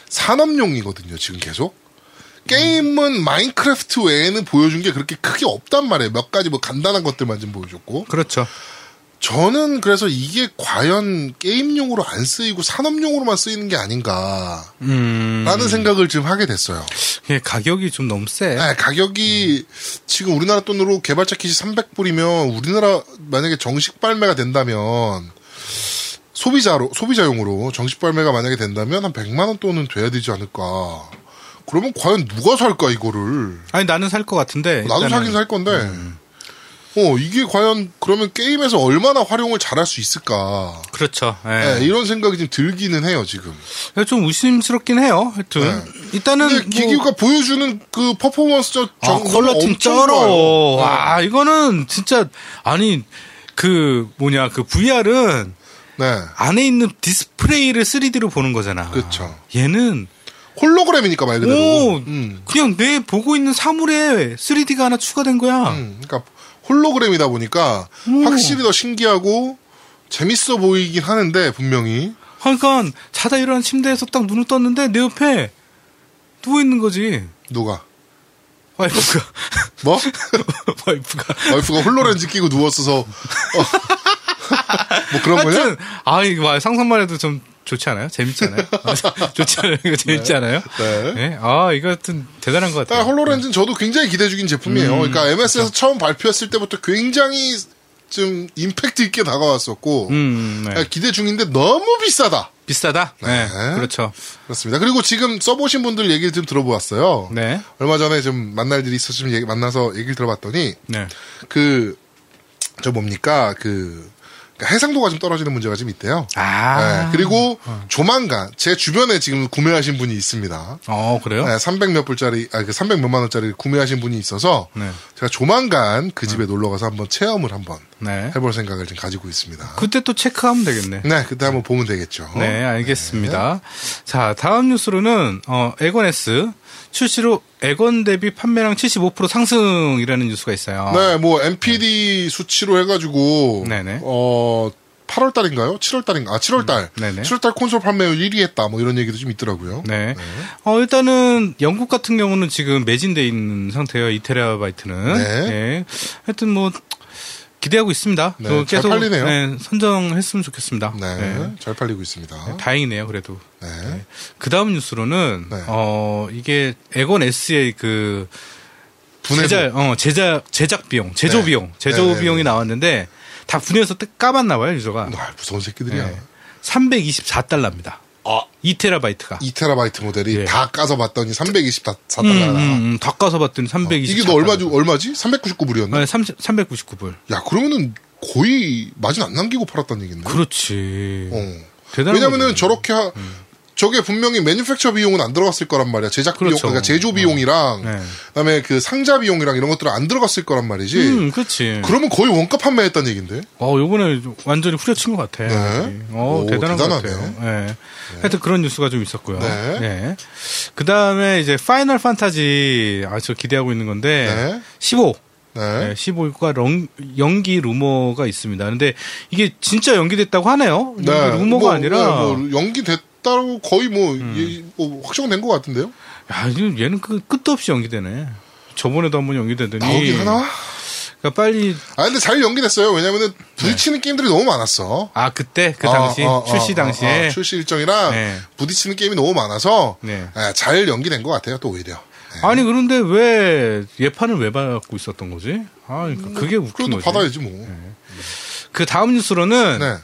[SPEAKER 1] 산업용이거든요. 지금 계속 게임은 마인크래프트 외에는 보여준 게 그렇게 크게 없단 말이에요. 몇 가지 뭐 간단한 것들만 좀 보여줬고
[SPEAKER 2] 그렇죠.
[SPEAKER 1] 저는 그래서 이게 과연 게임용으로 안 쓰이고 산업용으로만 쓰이는 게 아닌가.
[SPEAKER 2] 음.
[SPEAKER 1] 라는 생각을 지금 하게 됐어요.
[SPEAKER 2] 예, 가격이 좀 너무 세.
[SPEAKER 1] 네, 가격이 지금 우리나라 돈으로 개발자 킷이 300불이면 우리나라 만약에 정식 발매가 된다면 소비자로 소비자용으로 정식 발매가 만약에 된다면 한 100만 원 돈은 돼야 되지 않을까. 그러면 과연 누가 살까 이거를?
[SPEAKER 2] 아니 나는 살 것 같은데.
[SPEAKER 1] 나도
[SPEAKER 2] 일단은. 음,
[SPEAKER 1] 사긴 살 건데. 어 이게 과연 그러면 게임에서 얼마나 활용을 잘할 수 있을까?
[SPEAKER 2] 그렇죠.
[SPEAKER 1] 네,
[SPEAKER 2] 예.
[SPEAKER 1] 이런 생각이 좀 들기는 해요 지금.
[SPEAKER 2] 그래서 좀 의심스럽긴 해요. 하여튼 일단은
[SPEAKER 1] 예.
[SPEAKER 2] 뭐
[SPEAKER 1] 근데 기규가 보여주는 그 퍼포먼스 저
[SPEAKER 2] 아,
[SPEAKER 1] 저거
[SPEAKER 2] 컬러팀
[SPEAKER 1] 엄청
[SPEAKER 2] 쩔어.
[SPEAKER 1] 좋아요. 예.
[SPEAKER 2] 와 이거는 진짜 아니 그 뭐냐 그 VR은
[SPEAKER 1] 네.
[SPEAKER 2] 안에 있는 디스플레이를 3D로 보는 거잖아.
[SPEAKER 1] 그쵸.
[SPEAKER 2] 얘는
[SPEAKER 1] 홀로그램이니까 말 그대로.
[SPEAKER 2] 오
[SPEAKER 1] 음.
[SPEAKER 2] 그냥 내 보고 있는 사물에 3D가 하나 추가된 거야.
[SPEAKER 1] 음, 그러니까 홀로그램이다 보니까 확실히 더 신기하고 재밌어 보이긴 하는데 분명히.
[SPEAKER 2] 그러니까 자다 일어난 침대에서 딱 눈을 떴는데 내 옆에 누워 있는 거지.
[SPEAKER 1] 누가?
[SPEAKER 2] 와이프가
[SPEAKER 1] 뭐?
[SPEAKER 2] 와이프가
[SPEAKER 1] 와이프가 홀로렌즈 끼고 누웠어서 어. 뭐 그런 거냐?
[SPEAKER 2] 하여튼 아 이거 와, 상상만 해도 좀 좋지 않아요? 재밌잖아요. 좋지 않아요? 이거 재밌지 않아요?
[SPEAKER 1] 네.
[SPEAKER 2] 네. 아 이거 하여튼 대단한 것
[SPEAKER 1] 아,
[SPEAKER 2] 같아요.
[SPEAKER 1] 홀로렌즈는 저도 굉장히 기대 중인 제품이에요.
[SPEAKER 2] 음.
[SPEAKER 1] 그러니까 MS에서 처음 발표했을 때부터 굉장히 좀 임팩트 있게 다가왔었고 아,
[SPEAKER 2] 음, 네.
[SPEAKER 1] 기대 중인데 너무 비싸다.
[SPEAKER 2] 비싸다. 네.
[SPEAKER 1] 네.
[SPEAKER 2] 그렇죠.
[SPEAKER 1] 그렇습니다. 그리고 지금 써보신 분들 얘기를 좀 들어보았어요.
[SPEAKER 2] 네.
[SPEAKER 1] 얼마 전에 좀 만날 일이 있었으면 얘기- 만나서 얘기를 들어봤더니
[SPEAKER 2] 네.
[SPEAKER 1] 그 저 뭡니까 그 그러니까 해상도가 좀 떨어지는 문제가 좀 있대요.
[SPEAKER 2] 아. 어.
[SPEAKER 1] 네, 그리고 조만간 제 주변에 지금 구매하신 분이 있습니다.
[SPEAKER 2] 어 그래요?
[SPEAKER 1] 네, 300몇 불짜리 아그 300 몇만 원짜리 구매하신 분이 있어서
[SPEAKER 2] 네. 어.
[SPEAKER 1] 제가 조만간 그 집에 놀러 가서 한번 체험을 한번
[SPEAKER 2] 네.
[SPEAKER 1] 해볼 생각을 지금 가지고 있습니다.
[SPEAKER 2] 그때 또 체크하면 되겠네.
[SPEAKER 1] 네, 그때 한번 보면 되겠죠.
[SPEAKER 2] 네, 알겠습니다. 자, 다음 뉴스로는 어, 에건 S 출시로 에건 대비 판매량 75% 상승이라는 뉴스가 있어요.
[SPEAKER 1] 네, 뭐 MPD 수치로 해가지고
[SPEAKER 2] 아. 네네. 음,
[SPEAKER 1] 어 8월 달인가요? 7월 달인가? 아 7월 달.
[SPEAKER 2] 네네.
[SPEAKER 1] 7월 달 콘솔 판매율 1위 했다. 뭐 이런 얘기도 좀 있더라고요.
[SPEAKER 2] 네. 어, 일단은 영국 같은 경우는 지금 매진돼 있는 상태예요. 2테라바이트는.
[SPEAKER 1] 네.
[SPEAKER 2] 하여튼 뭐 기대하고 있습니다.
[SPEAKER 1] 네,
[SPEAKER 2] 또
[SPEAKER 1] 잘 팔리네요.
[SPEAKER 2] 네, 선정했으면 좋겠습니다.
[SPEAKER 1] 네,
[SPEAKER 2] 네.
[SPEAKER 1] 잘 팔리고 있습니다.
[SPEAKER 2] 다행이네요, 그래도.
[SPEAKER 1] 네.
[SPEAKER 2] 그 다음 뉴스로는
[SPEAKER 1] 네.
[SPEAKER 2] 어 이게 에건 S의 그
[SPEAKER 1] 분해소.
[SPEAKER 2] 제작 어 제작 제작 비용 제조
[SPEAKER 1] 네.
[SPEAKER 2] 비용 제조
[SPEAKER 1] 네, 네,
[SPEAKER 2] 비용이 나왔는데 다 분해서 뜨- 까봤나 봐요 유저가
[SPEAKER 1] 아, 무서운 새끼들이야.
[SPEAKER 2] 네. 324달러입니다.
[SPEAKER 1] 아,
[SPEAKER 2] 2테라바이트가
[SPEAKER 1] 2테라바이트 모델이
[SPEAKER 2] 예.
[SPEAKER 1] 다 까서 봤더니 324달러다.
[SPEAKER 2] 음, 음, 음, 다 까서 봤더니 320
[SPEAKER 1] 이게 너 얼마 주, 얼마지? 399불이었나?
[SPEAKER 2] 네, 30, 399불.
[SPEAKER 1] 야, 그러면은 거의 마진 안 남기고 팔았다는 얘긴데.
[SPEAKER 2] 그렇지.
[SPEAKER 1] 네?
[SPEAKER 2] 음.
[SPEAKER 1] 어.
[SPEAKER 2] 대단한
[SPEAKER 1] 왜냐면은
[SPEAKER 2] 거죠.
[SPEAKER 1] 저렇게 하, 저게 분명히 매뉴팩처 비용은 안 들어갔을 거란 말이야. 제작 비용,
[SPEAKER 2] 그렇죠.
[SPEAKER 1] 그러니까 제조 비용이랑
[SPEAKER 2] 네.
[SPEAKER 1] 그다음에 그 상자 비용이랑 이런 것들은 안 들어갔을 거란 말이지. 네.
[SPEAKER 2] 음, 그렇지.
[SPEAKER 1] 그러면 거의 원가 판매했다는 얘긴데.
[SPEAKER 2] 어, 요번에 완전히 후려친 것 같아.
[SPEAKER 1] 네.
[SPEAKER 2] 어,
[SPEAKER 1] 오,
[SPEAKER 2] 대단한 것
[SPEAKER 1] 대단하네요.
[SPEAKER 2] 같아요. 예. 하여튼 그런 뉴스가 좀 있었고요.
[SPEAKER 1] 네.
[SPEAKER 2] 예. 그 다음에 이제 파이널 판타지, 아, 저 기대하고 있는 건데,
[SPEAKER 1] 네.
[SPEAKER 2] 15.
[SPEAKER 1] 네.
[SPEAKER 2] 네, 15일과 런- 연기 루머가 있습니다. 근데 이게 진짜 연기됐다고 하네요.
[SPEAKER 1] 네.
[SPEAKER 2] 루머가
[SPEAKER 1] 뭐,
[SPEAKER 2] 아니라. 음.
[SPEAKER 1] 네, 뭐 연기됐다고 거의 뭐, 예, 뭐 확정된 것 같은데요.
[SPEAKER 2] 야, 이거 얘는 그 끝도 없이 연기되네. 저번에도 한번 연기되더니.
[SPEAKER 1] 나오긴 하나?
[SPEAKER 2] 그러니까 빨리
[SPEAKER 1] 아 근데 잘 연기됐어요. 왜냐면은 부딪히는 게임들이 너무 많았어.
[SPEAKER 2] 아 그때 네. 그
[SPEAKER 1] 어,
[SPEAKER 2] 당시
[SPEAKER 1] 어, 어,
[SPEAKER 2] 출시
[SPEAKER 1] 어,
[SPEAKER 2] 당시에
[SPEAKER 1] 어, 출시 일정이랑
[SPEAKER 2] 네.
[SPEAKER 1] 부딪히는 게임이 너무 많아서
[SPEAKER 2] 네.
[SPEAKER 1] 예, 잘 연기된 것 같아요. 또 오히려.
[SPEAKER 2] 아니 그런데 왜 예판을 왜 받고 있었던 거지? 아 그러니까 그게 웃긴
[SPEAKER 1] 음, 그래도
[SPEAKER 2] 거지.
[SPEAKER 1] 받아야지 뭐.
[SPEAKER 2] 그 다음 뉴스로는
[SPEAKER 1] 네.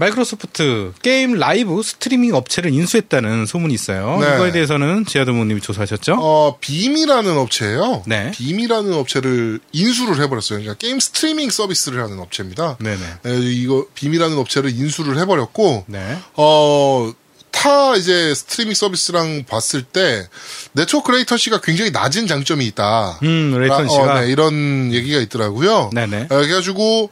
[SPEAKER 2] 마이크로소프트 게임 라이브 스트리밍 업체를 인수했다는 소문이 있어요.
[SPEAKER 1] 네.
[SPEAKER 2] 이거에 대해서는 제아드모님이 조사하셨죠?
[SPEAKER 1] 어, 빔이라는 업체예요.
[SPEAKER 2] 네.
[SPEAKER 1] 빔이라는 업체를 인수를 해버렸어요. 그러니까 게임 스트리밍 서비스를 하는 업체입니다.
[SPEAKER 2] 네네.
[SPEAKER 1] 네, 이거 빔이라는 업체를 인수를 해버렸고,
[SPEAKER 2] 네.
[SPEAKER 1] 어, 타 이제 스트리밍 서비스랑 봤을 때 네트워크 레이턴시가 굉장히 낮은 장점이 있다.
[SPEAKER 2] 음 레이턴
[SPEAKER 1] 라-
[SPEAKER 2] 씨가
[SPEAKER 1] 어, 네, 이런 얘기가 있더라고요.
[SPEAKER 2] 네네.
[SPEAKER 1] 어, 그래가지고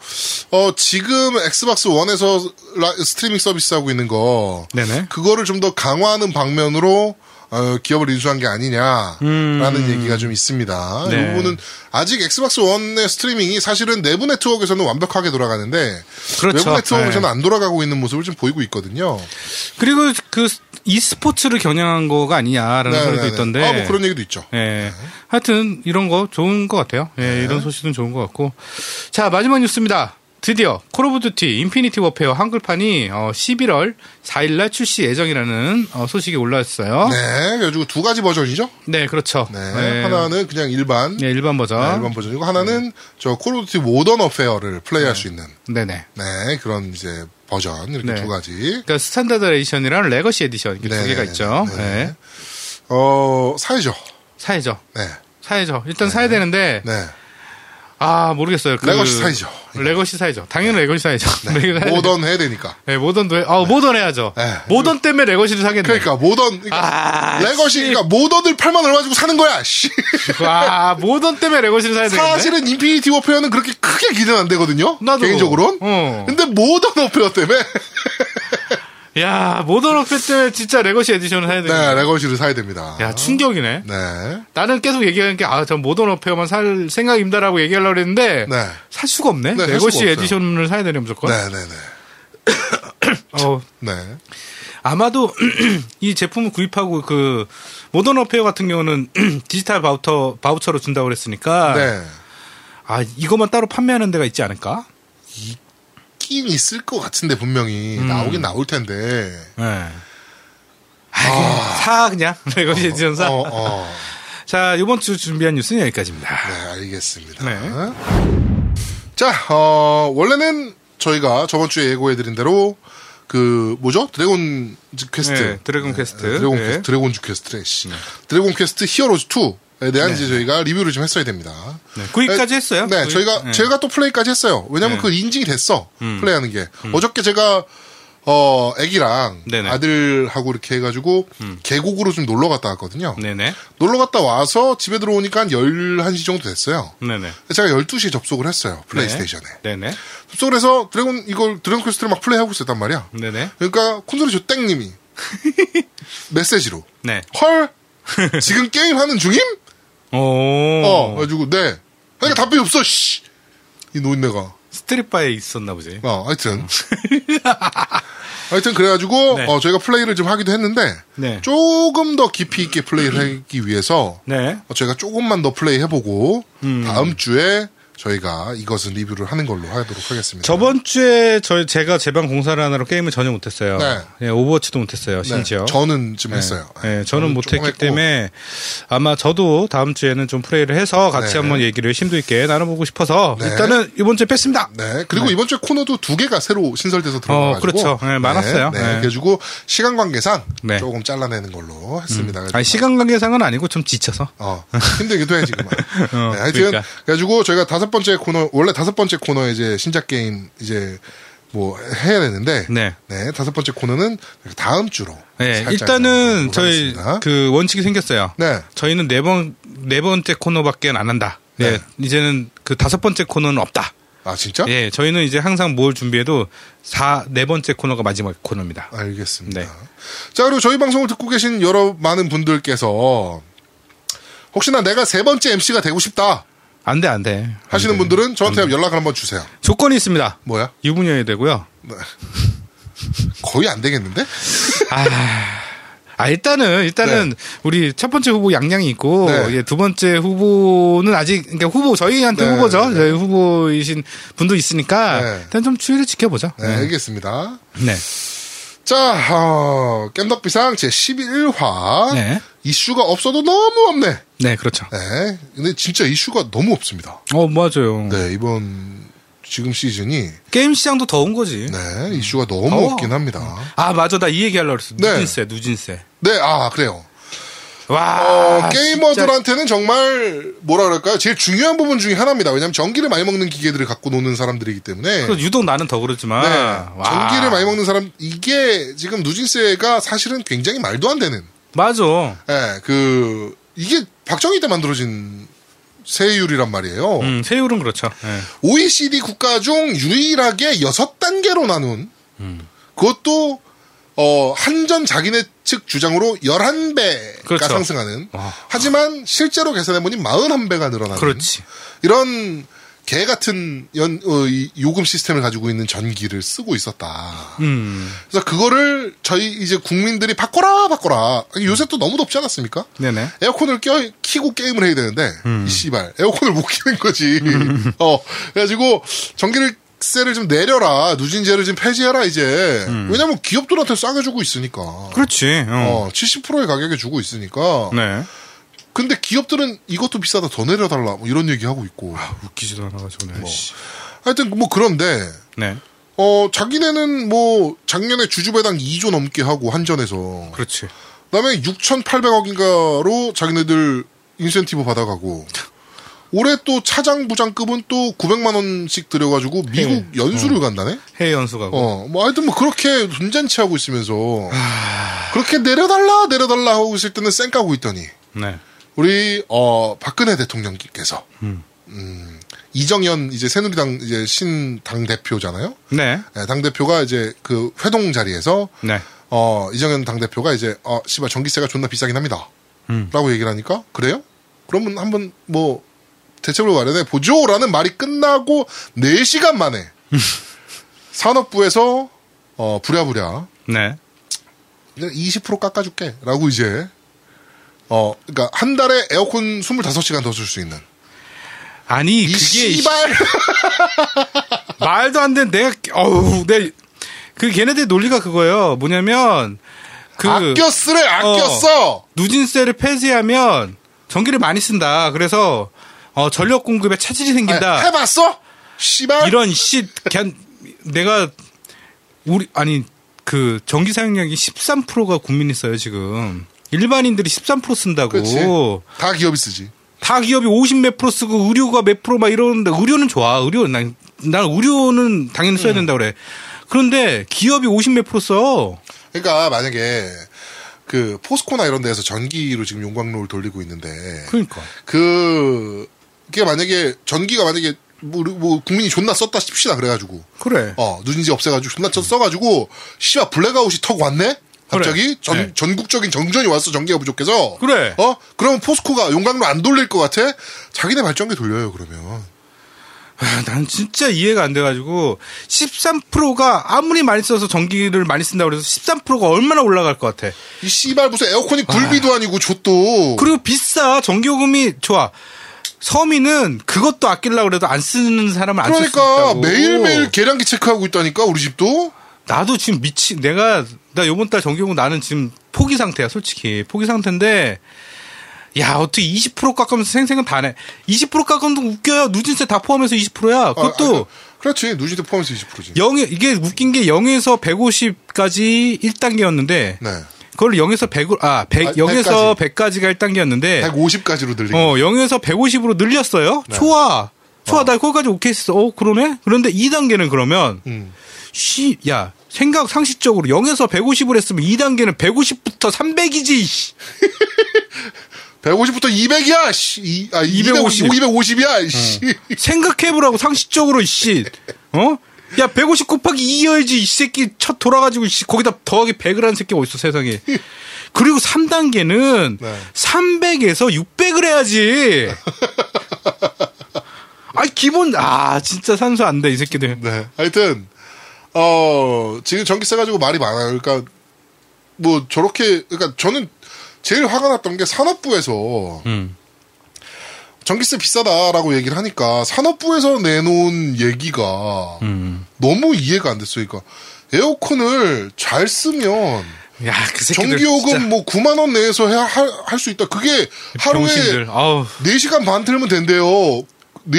[SPEAKER 1] 어, 지금 엑스박스 원에서 라- 스트리밍 서비스 하고 있는 거
[SPEAKER 2] 네네.
[SPEAKER 1] 그거를 좀 더 강화하는 방면으로 어, 기업을 인수한 게 아니냐라는 얘기가 좀 있습니다.
[SPEAKER 2] 음. 네.
[SPEAKER 1] 이 부분은 아직 엑스박스 원의 스트리밍이 사실은 내부 네트워크에서는 완벽하게 돌아가는데
[SPEAKER 2] 그렇죠.
[SPEAKER 1] 외부 네트워크에서는
[SPEAKER 2] 네.
[SPEAKER 1] 안 돌아가고 있는 모습을 좀 보이고 있거든요.
[SPEAKER 2] 그리고 그 e스포츠를 겨냥한 거가 아니냐라는 소리도
[SPEAKER 1] 네네네.
[SPEAKER 2] 있던데.
[SPEAKER 1] 아, 뭐 그런 얘기도 있죠.
[SPEAKER 2] 예. 하여튼 이런 거 좋은 것 같아요. 예,
[SPEAKER 1] 네.
[SPEAKER 2] 이런 소식은 좋은 것 같고. 자, 마지막 뉴스입니다. 드디어 콜 오브 듀티 인피니티 워페어 한글판이 어, 11월 4일 날 출시 예정이라는 어, 소식이 올라왔어요. 네,
[SPEAKER 1] 네, 그래가지고 두 가지 버전이죠.
[SPEAKER 2] 그렇죠.
[SPEAKER 1] 네,
[SPEAKER 2] 네.
[SPEAKER 1] 하나는 그냥 일반
[SPEAKER 2] 네, 일반 버전.
[SPEAKER 1] 네, 일반 버전이고 하나는 저 콜오브듀티 모던 어페어를 플레이할 수 있는
[SPEAKER 2] 네네.
[SPEAKER 1] 네 그런 이제 버전 이렇게
[SPEAKER 2] 네.
[SPEAKER 1] 두 가지
[SPEAKER 2] 그러니까 스탠다드 에디션이랑 레거시 에디션 이렇게 두
[SPEAKER 1] 네네네.
[SPEAKER 2] 개가 있죠.
[SPEAKER 1] 네.
[SPEAKER 2] 네.
[SPEAKER 1] 어 사이죠
[SPEAKER 2] 사야죠.
[SPEAKER 1] 네
[SPEAKER 2] 사야죠. 일단 사야 되는데
[SPEAKER 1] 네.
[SPEAKER 2] 아 모르겠어요. 그-
[SPEAKER 1] 레거시 사야죠. 네.
[SPEAKER 2] 레거시 사야죠. 당연히 레거시 사야죠. 레거시 사야죠.
[SPEAKER 1] 모던 해야 되니까
[SPEAKER 2] 네, 모던도 해. 아, 모던 해야죠.
[SPEAKER 1] 네.
[SPEAKER 2] 모던 때문에 레거시를 사겠네.
[SPEAKER 1] 그러니까 모던 그러니까
[SPEAKER 2] 아,
[SPEAKER 1] 레거시 그러니까 모던을 8만 얼마 주고 사는 거야 씨.
[SPEAKER 2] 와, 모던 때문에 레거시를 사야 되겠네.
[SPEAKER 1] 사실은 인피니티 워페어는 그렇게 크게 기대는 안 되거든요
[SPEAKER 2] 나도.
[SPEAKER 1] 개인적으로는
[SPEAKER 2] 어.
[SPEAKER 1] 근데 모던 워페어 때문에
[SPEAKER 2] 야, 모던 어페 때문에 진짜 레거시 에디션을 사야 되겠네.
[SPEAKER 1] 네 레거시를 사야 됩니다
[SPEAKER 2] 야, 충격이네.
[SPEAKER 1] 네
[SPEAKER 2] 나는 계속 얘기하는 게, 아, 전 모던 어페어만 살 생각입니다라고 얘기하려고 그랬는데,
[SPEAKER 1] 네.
[SPEAKER 2] 살 수가 없네.
[SPEAKER 1] 네, 살
[SPEAKER 2] 레거시
[SPEAKER 1] 수가 없어요.
[SPEAKER 2] 에디션을 사야 되네, 무조건.
[SPEAKER 1] 네네네
[SPEAKER 2] 어,
[SPEAKER 1] 네.
[SPEAKER 2] 아마도 이 제품을 구입하고 그, 모던 어페어 같은 경우는 디지털 바우처, 바우처로 준다고 그랬으니까,
[SPEAKER 1] 네.
[SPEAKER 2] 아, 이것만 따로 판매하는 데가 있지 않을까?
[SPEAKER 1] 있긴 있을 것 같은데 분명히
[SPEAKER 2] 음.
[SPEAKER 1] 나오긴 나올 텐데.
[SPEAKER 2] 네. 사 그냥 레거시 에디션 사.
[SPEAKER 1] 아. 어, 어.
[SPEAKER 2] 자 이번 주 준비한 뉴스는 여기까지입니다.
[SPEAKER 1] 네, 알겠습니다.
[SPEAKER 2] 네.
[SPEAKER 1] 자, 어, 원래는 저희가 저번 주에 예고해드린 대로 그 뭐죠? 드래곤 즈 퀘스트,
[SPEAKER 2] 네, 드래곤 퀘스트.
[SPEAKER 1] 드래곤
[SPEAKER 2] 네.
[SPEAKER 1] 퀘스트, 네. 드래곤 즈 퀘스트래. 씨. 드래곤 퀘스트 히어로즈 2에 대한 이제 저희가 리뷰를 좀 했어야 됩니다.
[SPEAKER 2] 네, 구입까지 했어요?
[SPEAKER 1] 네,
[SPEAKER 2] 구입?
[SPEAKER 1] 저희가
[SPEAKER 2] 네.
[SPEAKER 1] 제가 또 플레이까지 했어요. 왜냐면
[SPEAKER 2] 네.
[SPEAKER 1] 그 인증이 됐어 플레이하는 게 어저께 제가 어 아기랑
[SPEAKER 2] 네네.
[SPEAKER 1] 아들하고 이렇게 해가지고 계곡으로 좀 놀러 갔다 왔거든요.
[SPEAKER 2] 네네.
[SPEAKER 1] 놀러 갔다 와서 집에 들어오니까 한 11시 정도 됐어요.
[SPEAKER 2] 네네.
[SPEAKER 1] 제가 12시에 접속을 했어요.
[SPEAKER 2] 네.
[SPEAKER 1] 플레이스테이션에.
[SPEAKER 2] 네네.
[SPEAKER 1] 접속을 해서 드래곤, 이걸 드래곤 퀘스트를 막 플레이하고 있었단 말이야.
[SPEAKER 2] 네네.
[SPEAKER 1] 그러니까 콘솔이 조땡님이 메시지로
[SPEAKER 2] 네.
[SPEAKER 1] 헐! 지금 게임 하는 중임?
[SPEAKER 2] 오.
[SPEAKER 1] 어. 그래가지고 네. 그러니까 답변이 없어, 씨! 이 노인네가.
[SPEAKER 2] 스트릿바에 있었나 보지.
[SPEAKER 1] 어, 하여튼. 하여튼 그래가지고
[SPEAKER 2] 네.
[SPEAKER 1] 어, 저희가 플레이를 좀 하기도 했는데
[SPEAKER 2] 네.
[SPEAKER 1] 조금 더 깊이 있게 플레이를 하기 위해서
[SPEAKER 2] 네. 음.
[SPEAKER 1] 어, 저희가 조금만 더 플레이 해보고 다음 주에 저희가 이것은 리뷰를 하는 걸로 하도록 하겠습니다.
[SPEAKER 2] 저번 주에 저희 제가 제방 공사를 하느라 게임을 전혀 못했어요.
[SPEAKER 1] 네.
[SPEAKER 2] 예, 오버워치도 못했어요.
[SPEAKER 1] 네,
[SPEAKER 2] 심지어.
[SPEAKER 1] 저는 지금 했어요. 네.
[SPEAKER 2] 예, 저는 못했기
[SPEAKER 1] 했고.
[SPEAKER 2] 때문에 아마 저도 다음 주에는 좀 플레이를 해서 같이
[SPEAKER 1] 네.
[SPEAKER 2] 한번 얘기를 심도 있게 나눠보고 싶어서
[SPEAKER 1] 네.
[SPEAKER 2] 일단은 이번 주에 뺐습니다.
[SPEAKER 1] 네. 그리고 이번 주에 코너도 두 개가 새로 신설돼서
[SPEAKER 2] 어,
[SPEAKER 1] 들어가가지고
[SPEAKER 2] 그렇죠. 네, 많았어요.
[SPEAKER 1] 네,
[SPEAKER 2] 네.
[SPEAKER 1] 그래가지고 시간 관계상
[SPEAKER 2] 네. 음.
[SPEAKER 1] 조금 잘라내는 걸로 했습니다. 그래가지고
[SPEAKER 2] 아니, 시간 관계상은 아니고 좀 지쳐서.
[SPEAKER 1] 어, 힘들기도 해, 지금.
[SPEAKER 2] 어,
[SPEAKER 1] 네, 하여튼,
[SPEAKER 2] 그러니까.
[SPEAKER 1] 그래가지고 저희가 다섯 번째 코너, 원래 다섯 번째 코너에 이제 신작 게임, 이제, 뭐, 해야 되는데,
[SPEAKER 2] 네.
[SPEAKER 1] 다섯 번째 코너는 다음 주로.
[SPEAKER 2] 네,
[SPEAKER 1] 살짝
[SPEAKER 2] 일단은
[SPEAKER 1] 넘어가도록
[SPEAKER 2] 저희
[SPEAKER 1] 하겠습니다.
[SPEAKER 2] 그 원칙이 생겼어요.
[SPEAKER 1] 네.
[SPEAKER 2] 저희는 네 번, 네 번째 코너밖에 안 한다. 예,
[SPEAKER 1] 네.
[SPEAKER 2] 이제는 그 다섯 번째 코너는 없다.
[SPEAKER 1] 아, 진짜?
[SPEAKER 2] 예, 저희는 이제 항상 뭘 준비해도 사, 네 번째 코너가 마지막 코너입니다.
[SPEAKER 1] 알겠습니다.
[SPEAKER 2] 네.
[SPEAKER 1] 자, 그리고 저희 방송을 듣고 계신 여러 많은 분들께서, 혹시나 내가 세 번째 MC가 되고 싶다
[SPEAKER 2] 안 돼, 안 돼.
[SPEAKER 1] 하시는 분들은 저한테
[SPEAKER 2] 음.
[SPEAKER 1] 연락을 한번 주세요.
[SPEAKER 2] 조건이 있습니다.
[SPEAKER 1] 뭐야?
[SPEAKER 2] 유부녀야 되고요.
[SPEAKER 1] 네. 거의 안 되겠는데? 네,
[SPEAKER 2] 아, 일단은, 일단은, 우리 첫 번째 후보 양양이 있고,
[SPEAKER 1] 네.
[SPEAKER 2] 예, 두 번째 후보는 아직, 그러니까 후보, 저희한테
[SPEAKER 1] 네,
[SPEAKER 2] 후보죠.
[SPEAKER 1] 네.
[SPEAKER 2] 저희 후보이신 분도 있으니까,
[SPEAKER 1] 네.
[SPEAKER 2] 일단 좀 추이를 지켜보자.
[SPEAKER 1] 네, 알겠습니다.
[SPEAKER 2] 네.
[SPEAKER 1] 자, 어, 깸덕비상 제11화.
[SPEAKER 2] 네.
[SPEAKER 1] 이슈가 없어도 너무 없네.
[SPEAKER 2] 네, 그렇죠.
[SPEAKER 1] 네. 근데 진짜 이슈가 너무 없습니다.
[SPEAKER 2] 어, 맞아요.
[SPEAKER 1] 네, 이번 지금 시즌이
[SPEAKER 2] 게임 시장도 더운 거지.
[SPEAKER 1] 네, 이슈가 너무
[SPEAKER 2] 음. 더워.
[SPEAKER 1] 없긴 합니다.
[SPEAKER 2] 아, 맞아. 나 이 얘기 하려고 그랬어.
[SPEAKER 1] 네.
[SPEAKER 2] 누진세, 누진세.
[SPEAKER 1] 네, 아, 그래요.
[SPEAKER 2] 와.
[SPEAKER 1] 어, 게이머들한테는 정말 뭐라 그럴까요? 제일 중요한 부분 중에 하나입니다. 왜냐면 하 전기를 많이 먹는 기계들을 갖고 노는 사람들이기 때문에
[SPEAKER 2] 그래서 유독 나는 더 그렇지만.
[SPEAKER 1] 네,
[SPEAKER 2] 그렇죠. 아, 와.
[SPEAKER 1] 전기를 많이 먹는 사람 이게 지금 누진세가 사실은 굉장히 말도 안 되는
[SPEAKER 2] 맞아.
[SPEAKER 1] 예, 그 이게 박정희 때 만들어진 세율이란 말이에요.
[SPEAKER 2] 음, 세율은 그렇죠. 예.
[SPEAKER 1] OECD 국가 중 유일하게 여섯 단계로 나눈
[SPEAKER 2] 음.
[SPEAKER 1] 그것도 어, 한전 자기네 측 주장으로 11배가
[SPEAKER 2] 그렇죠.
[SPEAKER 1] 상승하는
[SPEAKER 2] 와.
[SPEAKER 1] 하지만 실제로 계산해보니 41배가 늘어나는
[SPEAKER 2] 그렇지.
[SPEAKER 1] 이런 개 같은 연, 어, 이 요금 시스템을 가지고 있는 전기를 쓰고 있었다.
[SPEAKER 2] 음.
[SPEAKER 1] 그래서 그거를 저희 이제 국민들이 바꿔라 바꿔라 요새 또 너무 덥지 않았습니까?
[SPEAKER 2] 네네.
[SPEAKER 1] 에어컨을 껴 키고 게임을 해야 되는데
[SPEAKER 2] 음.
[SPEAKER 1] 이 씨발 에어컨을 못 키는 거지. 어 그래가지고 전기를 세를 좀 내려라 누진제를 좀 폐지해라 이제 왜냐면 기업들한테 싸게 주고 있으니까
[SPEAKER 2] 음. 그렇지. 어.
[SPEAKER 1] 어 70%의 가격에 주고 있으니까
[SPEAKER 2] 네.
[SPEAKER 1] 근데 기업들은 이것도 비싸다 더 내려달라 뭐 이런 얘기 하고 있고
[SPEAKER 2] 웃기지도 않아가지고.
[SPEAKER 1] 뭐.
[SPEAKER 2] 네. 씨.
[SPEAKER 1] 하여튼 뭐 그런데
[SPEAKER 2] 네.
[SPEAKER 1] 어 자기네는 뭐 작년에 주주배당 2조 넘게 하고 한전에서
[SPEAKER 2] 그렇지.
[SPEAKER 1] 그다음에 6,800억인가로 자기네들 인센티브 받아가고 올해 또 차장 부장급은 또 900만 원씩 들여가지고 미국 연수를 간다네. 음.
[SPEAKER 2] 해외 연수가고.
[SPEAKER 1] 어, 뭐 하여튼 뭐 그렇게 돈잔치 하고 있으면서 그렇게 내려달라 내려달라 하고 있을 때는 쌩 까고 있더니
[SPEAKER 2] 네.
[SPEAKER 1] 우리 어 박근혜 대통령께서 음.
[SPEAKER 2] 음.
[SPEAKER 1] 이정현 이제 새누리당 이제 신당 대표잖아요.
[SPEAKER 2] 네.
[SPEAKER 1] 당 대표가 이제 그 회동 자리에서
[SPEAKER 2] 네.
[SPEAKER 1] 어, 이정현 당대표가 이제, 어, 씨발, 전기세가 존나 비싸긴 합니다.
[SPEAKER 2] 음.
[SPEAKER 1] 라고 얘기를 하니까, 그래요? 그러면 한번 뭐, 대책을 마련해 보죠! 라는 말이 끝나고, 4시간 만에, 산업부에서, 어, 부랴부랴,
[SPEAKER 2] 네.
[SPEAKER 1] 그냥 20% 깎아줄게. 라고 이제, 어, 그니까, 한 달에 에어컨 25시간 더 쓸 수 있는.
[SPEAKER 2] 아니,
[SPEAKER 1] 이
[SPEAKER 2] 그게
[SPEAKER 1] 씨발!
[SPEAKER 2] 말도 안 되는 내가 어우 내그 걔네들 논리가 그거예요. 뭐냐면 그 어.
[SPEAKER 1] 아껴 쓰래! 아껴 써!
[SPEAKER 2] 누진세를 폐지하면 전기를 많이 쓴다. 그래서 어 전력 공급에 차질이 생긴다.
[SPEAKER 1] 아니, 해봤어? 씨발!
[SPEAKER 2] 이런 씨 걘, 내가 우리 아니 그 전기 사용량이 13%가 국민이 써요, 지금. 일반인들이 13% 쓴다고.
[SPEAKER 1] 그렇지. 다 기업이 쓰지.
[SPEAKER 2] 다 기업이 50몇 프로 쓰고 의료가 몇 프로 막 이러는데 의료는 좋아. 의료 난, 난 의료는 당연히
[SPEAKER 1] 네.
[SPEAKER 2] 써야 된다 그래. 그런데 기업이 50몇 프로 써.
[SPEAKER 1] 그러니까 만약에 그 포스코나 이런 데에서 전기로 지금 용광로를 돌리고 있는데
[SPEAKER 2] 그러니까.
[SPEAKER 1] 그 그게 만약에 전기가 만약에 뭐, 우리 뭐 국민이 존나 썼다 칩시다 그래가지고
[SPEAKER 2] 그래.
[SPEAKER 1] 어 누진제 없애가지고 존나 쳐 써가지고 씨발 블랙아웃이 턱 왔네 갑자기
[SPEAKER 2] 그래.
[SPEAKER 1] 전
[SPEAKER 2] 네.
[SPEAKER 1] 전국적인 정전이 왔어 전기가 부족해서
[SPEAKER 2] 그래.
[SPEAKER 1] 어 그러면 포스코가 용광로 안 돌릴 것 같아 자기네 발전기 돌려요 그러면
[SPEAKER 2] 아, 난 진짜 이해가 안 돼가지고 13%가 아무리 많이 써서 전기를 많이 쓴다고 그래서 13%가 얼마나 올라갈 것 같아.
[SPEAKER 1] 이
[SPEAKER 2] 아.
[SPEAKER 1] 씨발 무슨 에어컨이 굴비도 아니고 좆도
[SPEAKER 2] 그리고 비싸. 전기요금이 좋아. 서민은 그것도 아끼려고 그래도 안 쓰는 사람을 안 쓸 수
[SPEAKER 1] 그러니까
[SPEAKER 2] 있다고.
[SPEAKER 1] 매일매일 계량기 체크하고 있다니까 우리 집도
[SPEAKER 2] 나도 지금 미치 내가 나 요번 달 정기요금 나는 지금 포기 상태야 솔직히 포기 상태인데 야 어떻게 20% 깎으면서 생생은 다네 20% 깎으면 웃겨요 누진세 다 포함해서 20%야 그것도
[SPEAKER 1] 아, 아, 그렇지 누진세 포함해서 20%지.
[SPEAKER 2] 영에 이게 웃긴 게 0에서 150까지 1단계였는데
[SPEAKER 1] 네.
[SPEAKER 2] 그걸 0에서 100으로 아 100,
[SPEAKER 1] 아,
[SPEAKER 2] 0에서 100까지가 1단계였는데
[SPEAKER 1] 150까지로 늘린.
[SPEAKER 2] 예. 어 0에서 150으로 늘렸어요.
[SPEAKER 1] 네.
[SPEAKER 2] 좋아. 좋아. 나 거기까지 오케이 했어. 어 그러네. 그런데 2단계는 그러면
[SPEAKER 1] 음.
[SPEAKER 2] 씨, 야, 생각 상식적으로 0에서 150을 했으면 2단계는 150부터 300이지.
[SPEAKER 1] 150부터 200이야. 씨. 이, 아 250.
[SPEAKER 2] 250. 어.
[SPEAKER 1] 250이야. 씨.
[SPEAKER 2] 생각해보라고 상식적으로 씨. 어? 야, 150 곱하기 2여야지 이 새끼 첫 돌아가지고 씨 거기다 더하기 100을 한 새끼 어딨어 세상에. 그리고 3단계는
[SPEAKER 1] 네.
[SPEAKER 2] 300에서 600을 해야지. 아, 기본 아, 진짜 산소 안 돼, 이 새끼들.
[SPEAKER 1] 네. 하여튼 어 지금 전기세 가지고 말이 많아요. 그러니까 뭐 저렇게 그러니까 저는 제일 화가 났던 게 산업부에서
[SPEAKER 2] 음.
[SPEAKER 1] 전기세 비싸다라고 얘기를 하니까 산업부에서 내놓은 얘기가
[SPEAKER 2] 음.
[SPEAKER 1] 너무 이해가 안 됐어요. 그러니까 에어컨을 잘 쓰면
[SPEAKER 2] 야, 그 새끼들.
[SPEAKER 1] 전기요금 뭐 9만 원 내에서 할 수 있다. 그게 하루에
[SPEAKER 2] 병신들. 아우.
[SPEAKER 1] 4시간 반 틀면 된대요.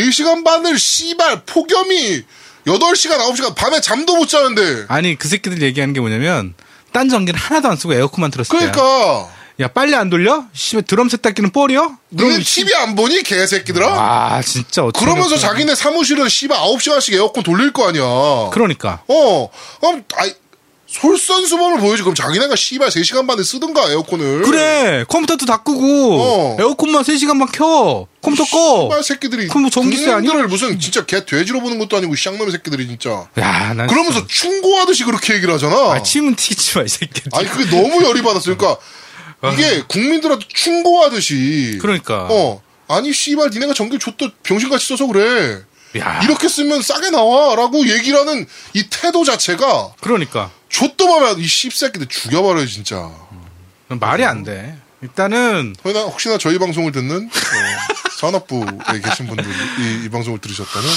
[SPEAKER 1] 4시간 반을 씨발 폭염이 8시간 9시간 밤에 잠도 못 자는데.
[SPEAKER 2] 아니 그 새끼들 얘기하는 게 뭐냐면 딴 전기는 하나도 안 쓰고 에어컨만 틀었을 때야.
[SPEAKER 1] 그러니까
[SPEAKER 2] 야 빨리 안 돌려? 씨발 드럼 세탁기는 뻘이요?
[SPEAKER 1] 너네 TV 안 보니 개새끼들아?
[SPEAKER 2] 아 진짜 어떻게
[SPEAKER 1] 그러면서
[SPEAKER 2] 이렇게-
[SPEAKER 1] 자기네 사무실은 씨발 9시간씩 에어컨 돌릴 거 아니야.
[SPEAKER 2] 그러니까
[SPEAKER 1] 어. 그럼 아이 솔선수범을 보여줘. 그럼 자기네가 씨발 3시간 반에 쓰든가 에어컨을.
[SPEAKER 2] 그래 컴퓨터도 다 끄고
[SPEAKER 1] 어.
[SPEAKER 2] 에어컨만 3시간만 켜 컴퓨터 꺼
[SPEAKER 1] 씨발 새끼들이
[SPEAKER 2] 그럼 뭐 전기세 아니야?
[SPEAKER 1] 국민들을 무슨 진짜 개 돼지로 보는 것도 아니고 쌍놈의 새끼들이 진짜.
[SPEAKER 2] 야, 난
[SPEAKER 1] 그러면서 충고하듯이 그렇게 얘기를 하잖아.
[SPEAKER 2] 아, 침은 튀기지 마 이 새끼들
[SPEAKER 1] 아니 그게 너무 열이 받았어요. 그러니까 이게 국민들한테 충고하듯이.
[SPEAKER 2] 아. 그러니까.
[SPEAKER 1] 어 아니 씨발 니네가 전기 줬다 병신같이 써서 그래.
[SPEAKER 2] 야
[SPEAKER 1] 이렇게 쓰면 싸게 나와라고 얘기하는 이 태도 자체가
[SPEAKER 2] 그러니까
[SPEAKER 1] 줬다 마면 이 씹새끼들 죽여버려 진짜.
[SPEAKER 2] 말이 안 돼 일단은
[SPEAKER 1] 그러니까 혹시나, 혹시나 저희 방송을 듣는 어, 산업부에 계신 분들이 이, 이 방송을 들으셨다면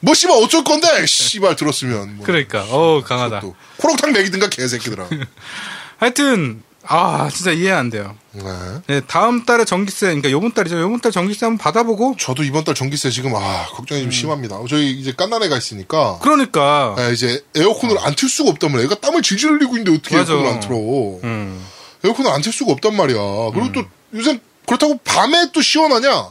[SPEAKER 1] 뭐 씨발 어쩔 건데 씨발 들었으면 뭐.
[SPEAKER 2] 그러니까 어우 강하다
[SPEAKER 1] 또 코록탕 먹이든가 개새끼들아.
[SPEAKER 2] 하여튼 아 진짜 이해 안 돼요
[SPEAKER 1] 네.
[SPEAKER 2] 네, 다음 달에 전기세 그러니까 요번 달이죠 요번 달 전기세 한번 받아보고
[SPEAKER 1] 저도 이번 달 전기세 지금 아 걱정이 좀 심합니다. 저희 이제 깐난애가 있으니까
[SPEAKER 2] 음. 그러니까
[SPEAKER 1] 아, 이제 에어컨을 안 틀 수가 없단 말이야. 애가 땀을 질질 흘리고 있는데 어떻게
[SPEAKER 2] 맞아.
[SPEAKER 1] 에어컨을 안 틀어?
[SPEAKER 2] 음.
[SPEAKER 1] 에어컨을 안 틀 수가 없단 말이야. 그리고 또 요새 그렇다고 밤에 또 시원하냐?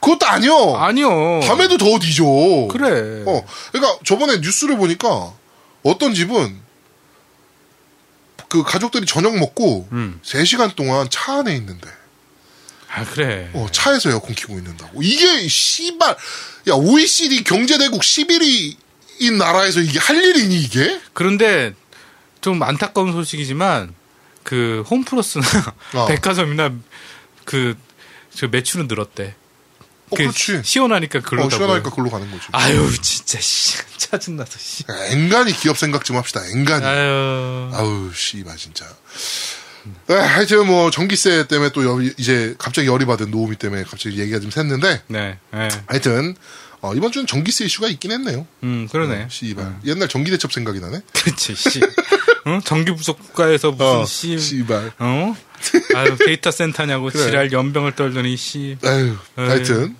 [SPEAKER 1] 그것도 아니요.
[SPEAKER 2] 아니요.
[SPEAKER 1] 밤에도 더 뒤져.
[SPEAKER 2] 그래.
[SPEAKER 1] 어, 그러니까 저번에 뉴스를 보니까 어떤 집은 그 가족들이 저녁 먹고
[SPEAKER 2] 음.
[SPEAKER 1] 세 3시간 동안 차 안에 있는데
[SPEAKER 2] 아 그래.
[SPEAKER 1] 어, 차에서 에어컨 키고 있는다고. 이게 씨발 야 OECD 경제대국 11위인 나라에서 이게 할 일이니 이게?
[SPEAKER 2] 그런데 좀 안타까운 소식이지만 그 홈플러스나
[SPEAKER 1] 어.
[SPEAKER 2] 백화점이나 그, 저 매출은 늘었대.
[SPEAKER 1] 어,
[SPEAKER 2] 그게
[SPEAKER 1] 그렇지.
[SPEAKER 2] 시원하니까 글로
[SPEAKER 1] 어, 시원하니까 글로 가는 거지.
[SPEAKER 2] 아유 진짜 씨 짜증나서 씨.
[SPEAKER 1] 야, 앵간히 기업 생각 좀 합시다. 앵간히.
[SPEAKER 2] 아유.
[SPEAKER 1] 아우 씨발 진짜. 에, 하여튼 뭐 전기세 때문에 또 여- 이제 갑자기 열이 받은 노우미 때문에 갑자기 얘기가 좀 샜는데
[SPEAKER 2] 네. 네.
[SPEAKER 1] 하여튼 어, 이번 주는 전기세 이슈가 있긴 했네요.
[SPEAKER 2] 음 그러네.
[SPEAKER 1] 어, 씨발 옛날 전기 대첩 생각이 나네.
[SPEAKER 2] 그렇지 씨. 응? 정규 부속 국가에서
[SPEAKER 1] 어,
[SPEAKER 2] 무슨 씨.
[SPEAKER 1] 씨발.
[SPEAKER 2] 어? 아유 데이터 센터냐고 지랄 연병을 떨더니 씨.
[SPEAKER 1] 에휴, 하여튼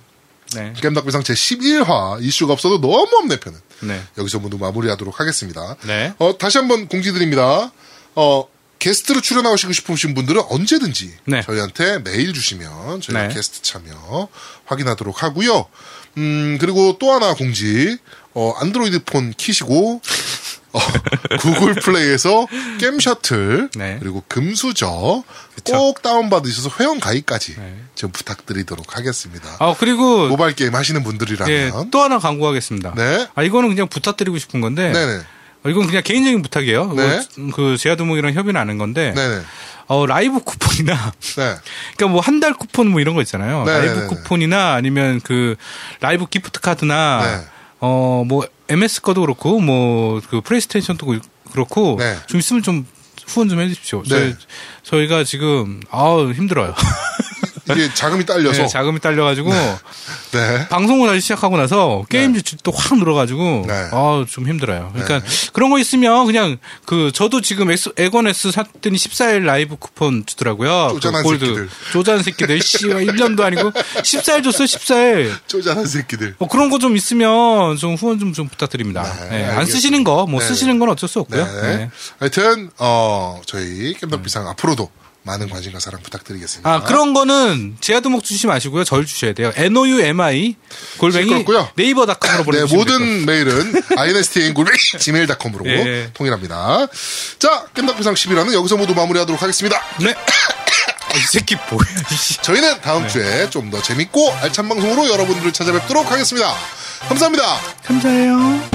[SPEAKER 2] 네.
[SPEAKER 1] 겜덕비상 제 11화 이슈가 없어도 너무 없네 편은
[SPEAKER 2] 네.
[SPEAKER 1] 여기서 모두 마무리하도록 하겠습니다.
[SPEAKER 2] 네.
[SPEAKER 1] 어, 다시 한번 공지드립니다. 어, 게스트로 출연하시고 싶으신 분들은 언제든지
[SPEAKER 2] 네.
[SPEAKER 1] 저희한테 메일 주시면 저희가
[SPEAKER 2] 네.
[SPEAKER 1] 게스트 참여 확인하도록 하고요. 음, 그리고 또 하나 공지. 어, 안드로이드 폰 키시고 어, 구글 플레이에서 게임 셔틀
[SPEAKER 2] 네.
[SPEAKER 1] 그리고 금수저 꼭 다운 받으셔서 회원 가입까지
[SPEAKER 2] 네.
[SPEAKER 1] 좀 부탁드리도록 하겠습니다.
[SPEAKER 2] 아 그리고
[SPEAKER 1] 모바일 게임 하시는
[SPEAKER 2] 예,
[SPEAKER 1] 분들이라면
[SPEAKER 2] 또 하나 광고하겠습니다.
[SPEAKER 1] 뭐, 네.
[SPEAKER 2] 아, 이거는 그냥 부탁드리고 싶은 건데.
[SPEAKER 1] 네네.
[SPEAKER 2] 어, 이건 그냥 개인적인 부탁이에요.
[SPEAKER 1] 네.
[SPEAKER 2] 이거 그 제아도목이랑 협의는 아는 건데.
[SPEAKER 1] 네네.
[SPEAKER 2] 어, 라이브 쿠폰이나
[SPEAKER 1] 네.
[SPEAKER 2] 그러니까 뭐 한 달 쿠폰 뭐 이런 거 있잖아요.
[SPEAKER 1] 네, 네, 네,
[SPEAKER 2] 라이브
[SPEAKER 1] 네.
[SPEAKER 2] 쿠폰이나 아니면 그 라이브 기프트 카드나
[SPEAKER 1] 네.
[SPEAKER 2] 어 뭐 MS 거도 그렇고 뭐 그 플레이스테이션도 그렇고
[SPEAKER 1] 네.
[SPEAKER 2] 좀 있으면 좀 후원 좀 해주십시오. 저희,
[SPEAKER 1] 네.
[SPEAKER 2] 저희가 지금 아우 힘들어요.
[SPEAKER 1] 이게 자금이 딸려서.
[SPEAKER 2] 네, 자금이 딸려가지고
[SPEAKER 1] 네.
[SPEAKER 2] 방송을 다시 시작하고 나서 게임 지출도 확 늘어가지고
[SPEAKER 1] 네.
[SPEAKER 2] 아, 좀 힘들어요. 그러니까 그런 거 있으면 그냥 그 저도 지금 엑스, 에건 S 샀더니 14일 라이브 쿠폰 주더라고요.
[SPEAKER 1] 쪼잔한
[SPEAKER 2] 그 골드.
[SPEAKER 1] 새끼들.
[SPEAKER 2] 쪼잔 새끼들. 씨와 1년도 아니고 14일 줬어요. 14일.
[SPEAKER 1] 쪼잔한 새끼들.
[SPEAKER 2] 뭐 그런 거 좀 있으면 좀 후원 좀, 좀 부탁드립니다.
[SPEAKER 1] 네,
[SPEAKER 2] 예, 안
[SPEAKER 1] 알겠습니다.
[SPEAKER 2] 쓰시는 거, 뭐
[SPEAKER 1] 네.
[SPEAKER 2] 쓰시는 건 어쩔 수
[SPEAKER 1] 네.
[SPEAKER 2] 없고요. 네.
[SPEAKER 1] 하여튼, 어, 저희 겜덕비상 앞으로도 많은 관심과 사랑 부탁드리겠습니다.
[SPEAKER 2] 아, 그런 거는 제아도목 주시지 마시고요. 절 주셔야 돼요. noumi 골뱅이
[SPEAKER 1] 시끄럽고요.
[SPEAKER 2] 네이버닷컴으로
[SPEAKER 1] 네,
[SPEAKER 2] 보내주시면 됩니다.
[SPEAKER 1] 모든 메일은 instn골뱅이지메일닷컴으로
[SPEAKER 2] 그- 예.
[SPEAKER 1] 통일합니다. 자, 겜덕비상 10이라는 여기서 모두 마무리하도록 하겠습니다.
[SPEAKER 2] 네. 아, 이 새끼 뭐야, 이씨.
[SPEAKER 1] 저희는 다음
[SPEAKER 2] 네.
[SPEAKER 1] 주에 좀 더 재밌고 알찬 방송으로 여러분들을 찾아뵙도록 하겠습니다. 감사합니다.
[SPEAKER 2] 감사해요.